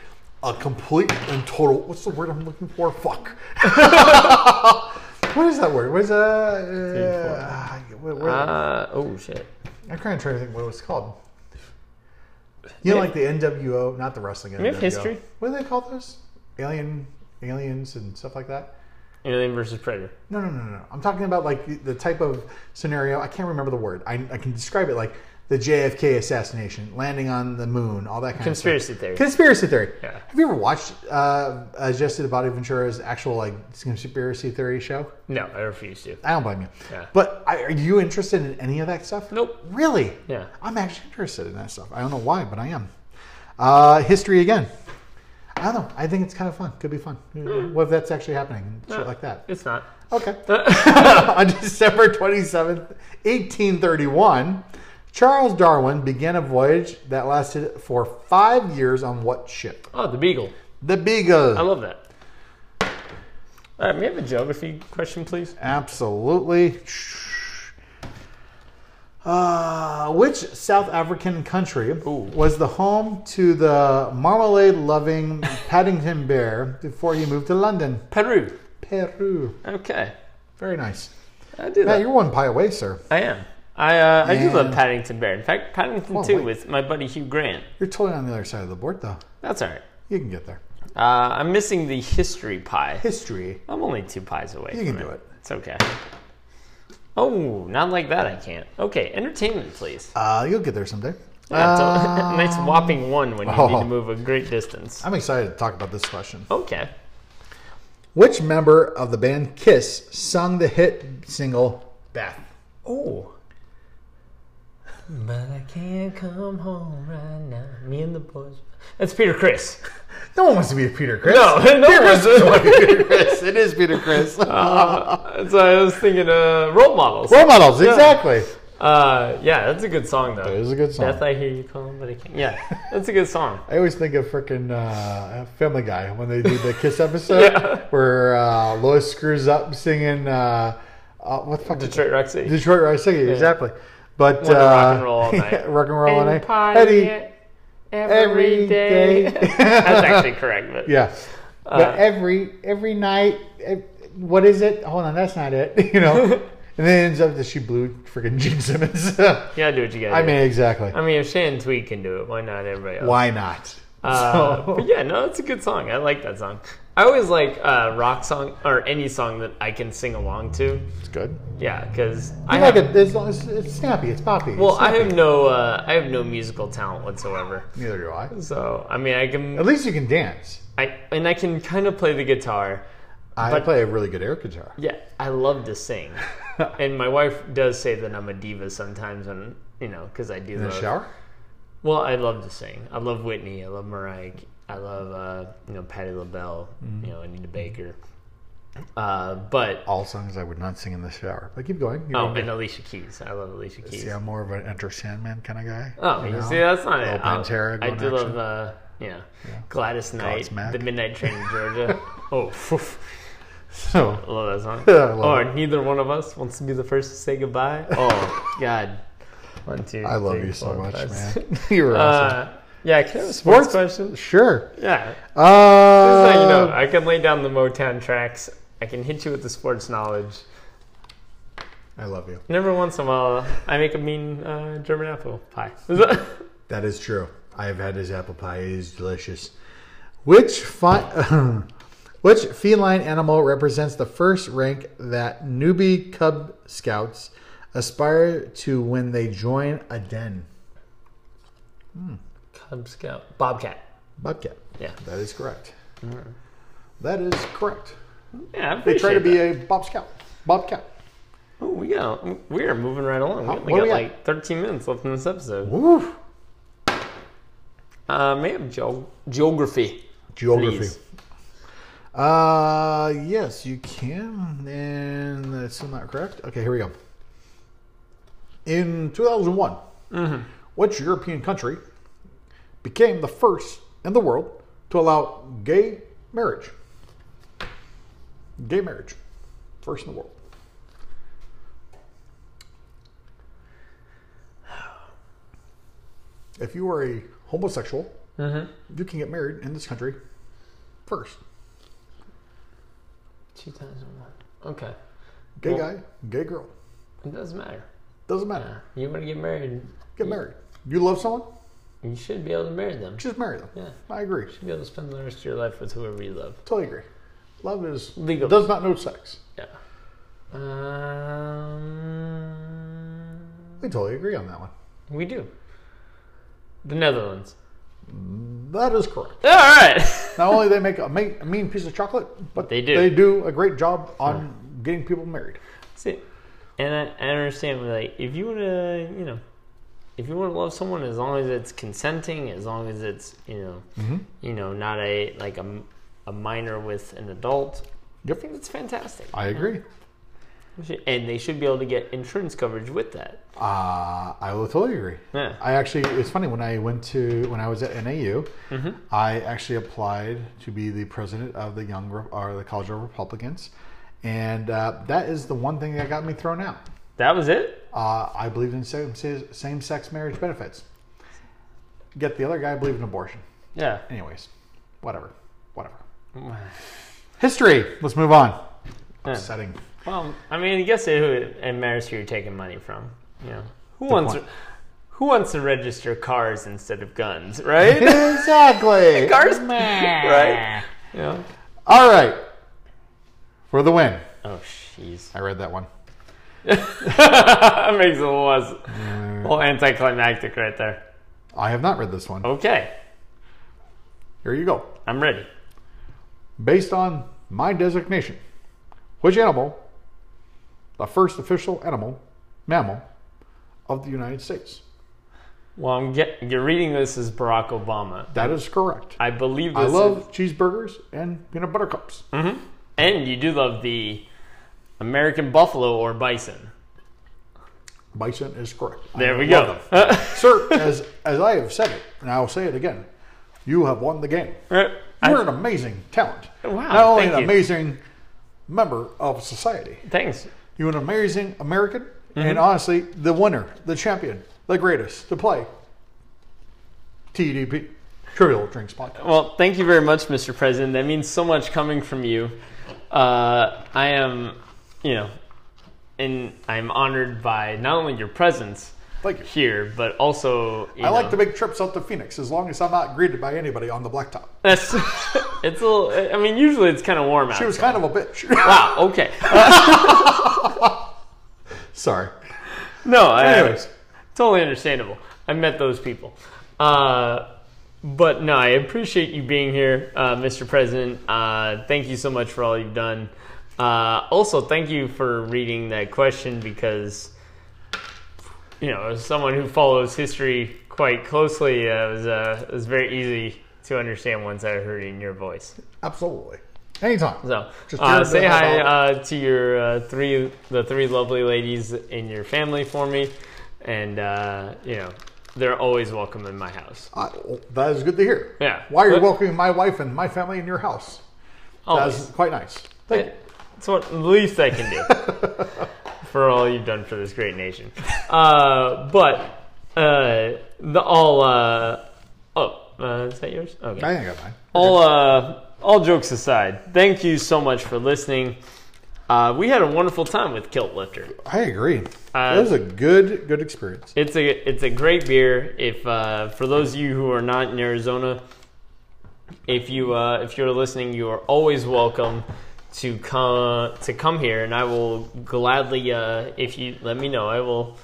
[SPEAKER 1] a complete and total. What's the word I'm looking for? Fuck. <laughs> what is that word? What is that? Uh, what- what-
[SPEAKER 2] uh, oh shit.
[SPEAKER 1] I'm kind of trying to think what it's called. You know, like the NWO, not the wrestling.
[SPEAKER 2] we have
[SPEAKER 1] NWO.
[SPEAKER 2] history?
[SPEAKER 1] What do they call those? Alien, aliens, and stuff like that.
[SPEAKER 2] Alien versus Predator.
[SPEAKER 1] No, no, no, no. no. I'm talking about like the, the type of scenario. I can't remember the word. I, I can describe it like the JFK assassination, landing on the moon, all that kind
[SPEAKER 2] Conspiracy
[SPEAKER 1] of
[SPEAKER 2] theory.
[SPEAKER 1] stuff. Conspiracy theory.
[SPEAKER 2] Yeah.
[SPEAKER 1] Have you ever watched uh, uh, Jesse the Body Ventura's actual like conspiracy theory show?
[SPEAKER 2] No, I refuse to.
[SPEAKER 1] I don't blame you.
[SPEAKER 2] Yeah.
[SPEAKER 1] But I, are you interested in any of that stuff?
[SPEAKER 2] Nope.
[SPEAKER 1] Really?
[SPEAKER 2] Yeah.
[SPEAKER 1] I'm actually interested in that stuff. I don't know why, but I am. Uh, history again. I don't know. I think it's kind of fun. Could be fun.
[SPEAKER 2] Hmm.
[SPEAKER 1] What if that's actually happening? Shit like that.
[SPEAKER 2] It's not.
[SPEAKER 1] Okay. <laughs> on December 27th, 1831, Charles Darwin began a voyage that lasted for five years on what ship?
[SPEAKER 2] Oh, the Beagle.
[SPEAKER 1] The
[SPEAKER 2] I
[SPEAKER 1] Beagle.
[SPEAKER 2] love that. All right, we have a geography question, please.
[SPEAKER 1] Absolutely. Uh, which South African country was the home to the marmalade loving Paddington Bear before he moved to London?
[SPEAKER 2] Peru.
[SPEAKER 1] Peru.
[SPEAKER 2] Okay.
[SPEAKER 1] Very nice.
[SPEAKER 2] I do
[SPEAKER 1] Yeah,
[SPEAKER 2] that.
[SPEAKER 1] you're one pie away, sir.
[SPEAKER 2] I am. I uh, I do
[SPEAKER 1] Yeah.
[SPEAKER 2] love Paddington Bear. In fact, Paddington
[SPEAKER 1] Well,
[SPEAKER 2] 2
[SPEAKER 1] wait.
[SPEAKER 2] with my buddy Hugh Grant.
[SPEAKER 1] You're totally on the other side of the board, though.
[SPEAKER 2] That's all right.
[SPEAKER 1] You can get there.
[SPEAKER 2] Uh, I'm missing the history pie.
[SPEAKER 1] History.
[SPEAKER 2] I'm only two pies away.
[SPEAKER 1] You
[SPEAKER 2] from
[SPEAKER 1] can do it.
[SPEAKER 2] It's okay. Oh, not like that. I can't. Okay, entertainment, please.
[SPEAKER 1] Uh, you'll get there someday.
[SPEAKER 2] Yeah, it's a-
[SPEAKER 1] Uh,
[SPEAKER 2] a <laughs> nice whopping one when you need
[SPEAKER 1] Oh.
[SPEAKER 2] to move a great distance.
[SPEAKER 1] I'm excited to talk about this question.
[SPEAKER 2] Okay.
[SPEAKER 1] Which member of the band Kiss sung the hit single Beth?
[SPEAKER 2] Oh. But I can't come home right now. Me and the boys. That's Peter <laughs> Chris.
[SPEAKER 1] No one wants to be a Peter Chris.
[SPEAKER 2] No, <laughs> no one's. <laughs>
[SPEAKER 1] Peter Chris. It is Peter Chris.
[SPEAKER 2] Uh, so I was thinking uh, role
[SPEAKER 1] <laughs>
[SPEAKER 2] models.
[SPEAKER 1] Role models, exactly.
[SPEAKER 2] Uh, yeah, that's a good song though.
[SPEAKER 1] That is a good song.
[SPEAKER 2] Death I hear you calling, but I can't. Yeah, that's a good song.
[SPEAKER 1] I always think of freaking uh, Family Guy when they <laughs> do the Kiss episode
[SPEAKER 2] Yeah.
[SPEAKER 1] where uh, Lois screws up singing uh, uh, what the fuck? is
[SPEAKER 2] Detroit Roxy.
[SPEAKER 1] it? Detroit Rock City, exactly. But
[SPEAKER 2] Wanna
[SPEAKER 1] uh,
[SPEAKER 2] rock and
[SPEAKER 1] <laughs>
[SPEAKER 2] roll all night.
[SPEAKER 1] rock and roll all night. Eddie, every <laughs>
[SPEAKER 2] every
[SPEAKER 1] day.
[SPEAKER 2] day. That's actually correct, but
[SPEAKER 1] Yeah.
[SPEAKER 2] Uh,
[SPEAKER 1] but every every night, ev- what is it? Hold on, that's not it. <laughs> You
[SPEAKER 2] <laughs>
[SPEAKER 1] know, and then it ends up that she blew freaking Gene Simmons. <laughs> I
[SPEAKER 2] you gotta do what you gotta. do.
[SPEAKER 1] mean, exactly.
[SPEAKER 2] I mean, if Shannon Tweed can do it, why not everybody else?
[SPEAKER 1] Why not?
[SPEAKER 2] Uh,
[SPEAKER 1] <laughs> So-
[SPEAKER 2] <laughs> But yeah, no, that's a good song. I like that song. I always like uh, rock song or any song that I can sing along to.
[SPEAKER 1] It's good.
[SPEAKER 2] Yeah, because
[SPEAKER 1] I
[SPEAKER 2] I
[SPEAKER 1] like it.
[SPEAKER 2] have,
[SPEAKER 1] It's, it's, it's snappy. It's poppy.
[SPEAKER 2] well,
[SPEAKER 1] it's
[SPEAKER 2] I
[SPEAKER 1] snappy.
[SPEAKER 2] have no uh, I have no musical talent whatsoever.
[SPEAKER 1] Neither do I.
[SPEAKER 2] So I mean, I
[SPEAKER 1] At
[SPEAKER 2] can
[SPEAKER 1] least you can dance.
[SPEAKER 2] I and I can kind of play the guitar.
[SPEAKER 1] I
[SPEAKER 2] But-
[SPEAKER 1] play a really good air guitar.
[SPEAKER 2] Yeah, I love to
[SPEAKER 1] <laughs>
[SPEAKER 2] sing, and my wife does say that I'm a diva sometimes when you know because I do
[SPEAKER 1] In the
[SPEAKER 2] love-
[SPEAKER 1] shower?
[SPEAKER 2] Well, I love to sing. I love Whitney. I love Mariah. C- I love uh, you know Patti LaBelle.
[SPEAKER 1] Mm-hmm.
[SPEAKER 2] You know Anita Baker. Uh, but
[SPEAKER 1] All songs I would not sing in the shower. But keep going. You're
[SPEAKER 2] oh,
[SPEAKER 1] okay.
[SPEAKER 2] and Alicia Keys. I love Alicia Keys.
[SPEAKER 1] See, I'm more of an Enter Sandman kind of guy.
[SPEAKER 2] Oh, you see, that's not it.
[SPEAKER 1] Little
[SPEAKER 2] I'll-
[SPEAKER 1] Pantera
[SPEAKER 2] I
[SPEAKER 1] going
[SPEAKER 2] do love,
[SPEAKER 1] action.
[SPEAKER 2] uh, yeah, Gladys Knight,
[SPEAKER 1] Godsmack.
[SPEAKER 2] The Midnight Train to
[SPEAKER 1] <laughs>
[SPEAKER 2] Georgia. oh, phew.
[SPEAKER 1] <laughs>
[SPEAKER 2] I
[SPEAKER 1] So,
[SPEAKER 2] love that song.
[SPEAKER 1] Yeah, <laughs> I love
[SPEAKER 2] or
[SPEAKER 1] it.
[SPEAKER 2] neither one of us wants to be the first to
[SPEAKER 1] <laughs>
[SPEAKER 2] say goodbye. Oh, God. One, two,
[SPEAKER 1] I love
[SPEAKER 2] three,
[SPEAKER 1] you so
[SPEAKER 2] four,
[SPEAKER 1] much,
[SPEAKER 2] five,
[SPEAKER 1] man. <laughs>
[SPEAKER 2] six.
[SPEAKER 1] You're awesome.
[SPEAKER 2] Uh, yeah, can I have a sports, question?
[SPEAKER 1] Sure.
[SPEAKER 2] Yeah.
[SPEAKER 1] Uh,
[SPEAKER 2] Just so you know, I can lay down the Motown tracks. I can hit you with the sports knowledge.
[SPEAKER 1] I love you.
[SPEAKER 2] And every once in a while, I make a mean uh, German apple pie. <laughs>
[SPEAKER 1] That is true. I have had his apple pie. It is delicious. Which fi- <clears throat> which feline animal represents the first rank that newbie Cub Scouts aspire to when they join a den?
[SPEAKER 2] Cub Scout. Bobcat.
[SPEAKER 1] Bobcat.
[SPEAKER 2] Yeah.
[SPEAKER 1] That is correct. That is correct.
[SPEAKER 2] Yeah, I
[SPEAKER 1] They try to
[SPEAKER 2] appreciate
[SPEAKER 1] be a Bob Scout. Bobcat.
[SPEAKER 2] Ooh, we got we are moving right along.
[SPEAKER 1] How-
[SPEAKER 2] We only
[SPEAKER 1] what do
[SPEAKER 2] got
[SPEAKER 1] we got?
[SPEAKER 2] like 13 minutes left in this episode.
[SPEAKER 1] Woo.
[SPEAKER 2] Uh, ma'am, ge- geography.
[SPEAKER 1] Geography.
[SPEAKER 2] Please.
[SPEAKER 1] Uh, yes, you can, and that's still not correct. Okay, here we go. In 2001, which European country became the first in the world to allow gay marriage? Gay marriage, first in the world. If you are a homosexual, you can get married in this country first.
[SPEAKER 2] 2001. Okay,
[SPEAKER 1] Gay
[SPEAKER 2] Well-
[SPEAKER 1] guy, gay girl.
[SPEAKER 2] it doesn't matter.
[SPEAKER 1] Doesn't
[SPEAKER 2] Yeah,
[SPEAKER 1] matter.
[SPEAKER 2] you want to get married?
[SPEAKER 1] Get married. You love someone?
[SPEAKER 2] You should be able to marry them.
[SPEAKER 1] Just marry them.
[SPEAKER 2] Yeah.
[SPEAKER 1] I agree.
[SPEAKER 2] Be able to spend the rest of your life with whoever you love.
[SPEAKER 1] Totally agree. Love is
[SPEAKER 2] Legal.
[SPEAKER 1] Does not know sex.
[SPEAKER 2] Yeah. Um,
[SPEAKER 1] We totally agree on that one.
[SPEAKER 2] we do. The Netherlands.
[SPEAKER 1] That is correct.
[SPEAKER 2] All right.
[SPEAKER 1] Not only they make a, ma- a mean piece of chocolate, but
[SPEAKER 2] They do.
[SPEAKER 1] They do a great job on getting people married.
[SPEAKER 2] <laughs> See, and I, I understand. Like, if you want to, you know, if you want to love someone, as long as it's consenting, as long as it's, you know, you know, not a like a, m- a minor with an adult, I
[SPEAKER 1] Yep.
[SPEAKER 2] think that's fantastic.
[SPEAKER 1] I agree.
[SPEAKER 2] We should- And they should be able to get insurance coverage with that.
[SPEAKER 1] Uh, I will totally agree.
[SPEAKER 2] Yeah.
[SPEAKER 1] I actually, it's funny when I went to when I was at NAU,
[SPEAKER 2] Mm-hmm.
[SPEAKER 1] I actually applied to be the president of the young Re- or the College of Republicans, and uh, that is the one thing that got me thrown out.
[SPEAKER 2] That was it.
[SPEAKER 1] Uh, I believed in same same sex marriage benefits. Get the other guy believed in abortion.
[SPEAKER 2] Yeah.
[SPEAKER 1] Anyways, whatever, whatever. History. Let's move on.
[SPEAKER 2] Yeah.
[SPEAKER 1] Upsetting.
[SPEAKER 2] Well, I mean, I guess it, it matters who you're taking money from. You know, who wants
[SPEAKER 1] point.
[SPEAKER 2] who wants to register cars instead of guns, right?
[SPEAKER 1] <laughs> Exactly.
[SPEAKER 2] cars, right? Yeah.
[SPEAKER 1] All right. For the win.
[SPEAKER 2] Oh, jeez.
[SPEAKER 1] I read that one.
[SPEAKER 2] <laughs> that makes it less well anticlimactic right there.
[SPEAKER 1] I have not read this one.
[SPEAKER 2] Okay,
[SPEAKER 1] Here you go.
[SPEAKER 2] I'm ready.
[SPEAKER 1] Based on my designation, which animal, the first official animal, mammal, of the United States?
[SPEAKER 2] Well, I'm get, you're reading this as Barack Obama.
[SPEAKER 1] That is correct.
[SPEAKER 2] I believe
[SPEAKER 1] I
[SPEAKER 2] this. Mm. is-
[SPEAKER 1] love cheeseburgers and peanut butter cups.
[SPEAKER 2] and you do love the American buffalo or bison.
[SPEAKER 1] Bison is correct. I
[SPEAKER 2] There we
[SPEAKER 1] love
[SPEAKER 2] go. <laughs>
[SPEAKER 1] them. Sir, as, as I have said it, and I will say it again, you have won the game. You're
[SPEAKER 2] I-
[SPEAKER 1] an amazing talent.
[SPEAKER 2] Wow,
[SPEAKER 1] Not only
[SPEAKER 2] thank
[SPEAKER 1] an
[SPEAKER 2] you.
[SPEAKER 1] amazing member of society,
[SPEAKER 2] thanks.
[SPEAKER 1] you're an amazing American,
[SPEAKER 2] Mm-hmm.
[SPEAKER 1] and honestly, the winner, the champion, the greatest to play TDP, Trivial Drinks Podcast.
[SPEAKER 2] Well, thank you very much, Mr. President. That means so much coming from you. Uh, I am, you know, and I'm honored by not only your presence,
[SPEAKER 1] Thank you.
[SPEAKER 2] here, but also you
[SPEAKER 1] I like
[SPEAKER 2] know,
[SPEAKER 1] to make trips out to Phoenix as long as I'm not greeted by anybody on the blacktop.
[SPEAKER 2] <laughs> That's it's a little. I mean, usually it's kind of warm out.
[SPEAKER 1] She was kind of a bitch.
[SPEAKER 2] wow. Okay.
[SPEAKER 1] <laughs>
[SPEAKER 2] Uh,
[SPEAKER 1] Sorry.
[SPEAKER 2] no. I,
[SPEAKER 1] Anyways,
[SPEAKER 2] totally understandable. I met those people. Uh, but no, I appreciate you being here, uh, Mr. President. Uh, thank you so much for all you've done. Uh, also, thank you for reading that question because, you know, as someone who follows history quite closely, uh, it, was, uh, it was very easy to understand once I heard it in your voice.
[SPEAKER 1] absolutely. Anytime.
[SPEAKER 2] So
[SPEAKER 1] Just
[SPEAKER 2] uh,
[SPEAKER 1] tear
[SPEAKER 2] say
[SPEAKER 1] them
[SPEAKER 2] hi
[SPEAKER 1] apart.
[SPEAKER 2] uh, to your uh, three, the three lovely ladies in your family for me, and uh, you know they're always welcome in my house.
[SPEAKER 1] I, well, that is good to hear.
[SPEAKER 2] Yeah.
[SPEAKER 1] Why are you
[SPEAKER 2] But-
[SPEAKER 1] welcoming my wife and my family in your house? That's
[SPEAKER 2] Always.
[SPEAKER 1] quite nice. Thank you.
[SPEAKER 2] It's what the least I
[SPEAKER 1] <laughs>
[SPEAKER 2] can do for all you've done for this great nation. Uh, but uh, the all uh, oh uh, is that yours? Okay.
[SPEAKER 1] I think I got mine.
[SPEAKER 2] all uh, all jokes aside, thank you so much for listening. Uh, we had a wonderful time with Kilt Lifter.
[SPEAKER 1] I agree.
[SPEAKER 2] Uh,
[SPEAKER 1] that was a good, good experience.
[SPEAKER 2] It's a it's a great beer. If uh, for those of you who are not in Arizona, if you uh, if you're listening, you are always welcome to come to come here, and I will gladly uh, if you let me know, I will.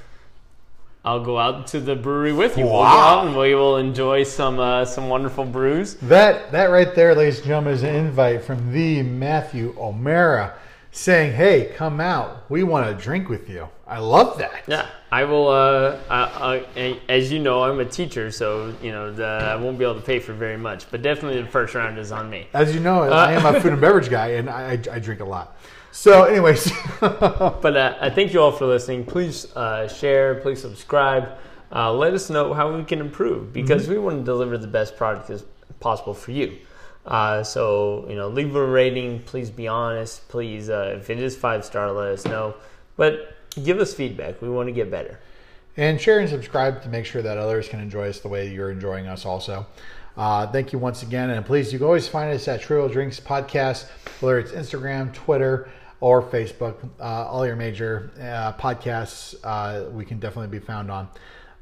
[SPEAKER 2] I'll go out to the brewery with you. We'll go
[SPEAKER 1] Wow.
[SPEAKER 2] out and we will enjoy some uh, some wonderful brews.
[SPEAKER 1] That that right there, ladies and gentlemen, is an invite from the Matthew O'Mara saying, "Hey, come out. We want to drink with you." I love that.
[SPEAKER 2] Yeah, I will. Uh, I, I, as you know, I'm a teacher, so you know the, I won't be able to pay for very much. But definitely, the first round is on me.
[SPEAKER 1] As you know, I am a food and beverage guy, and I, I, I drink a lot. So, anyways, <laughs>
[SPEAKER 2] But uh, I thank you all for listening. Please uh, share. Please subscribe. Uh, let us know how we can improve because
[SPEAKER 1] Mm-hmm.
[SPEAKER 2] we want to deliver the best product as possible for you. Uh, so you know, leave a rating. Please be honest. Please, uh, if it is five star, let us know. But give us feedback. We want to get better.
[SPEAKER 1] and share and subscribe to make sure that others can enjoy us the way you're enjoying us. Also, uh, thank you once again, and please you can always find us at Trio Drinks Podcast, whether it's Instagram, Twitter, or Facebook. Uh, all your major uh, podcasts uh, we can definitely be found on.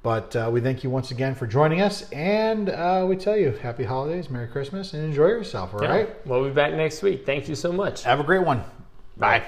[SPEAKER 1] But uh, we thank you once again for joining us, and uh, we tell you happy holidays, Merry Christmas, and enjoy yourself. All right,
[SPEAKER 2] We'll be back next week. Thank you so much.
[SPEAKER 1] have a great one.
[SPEAKER 2] Bye.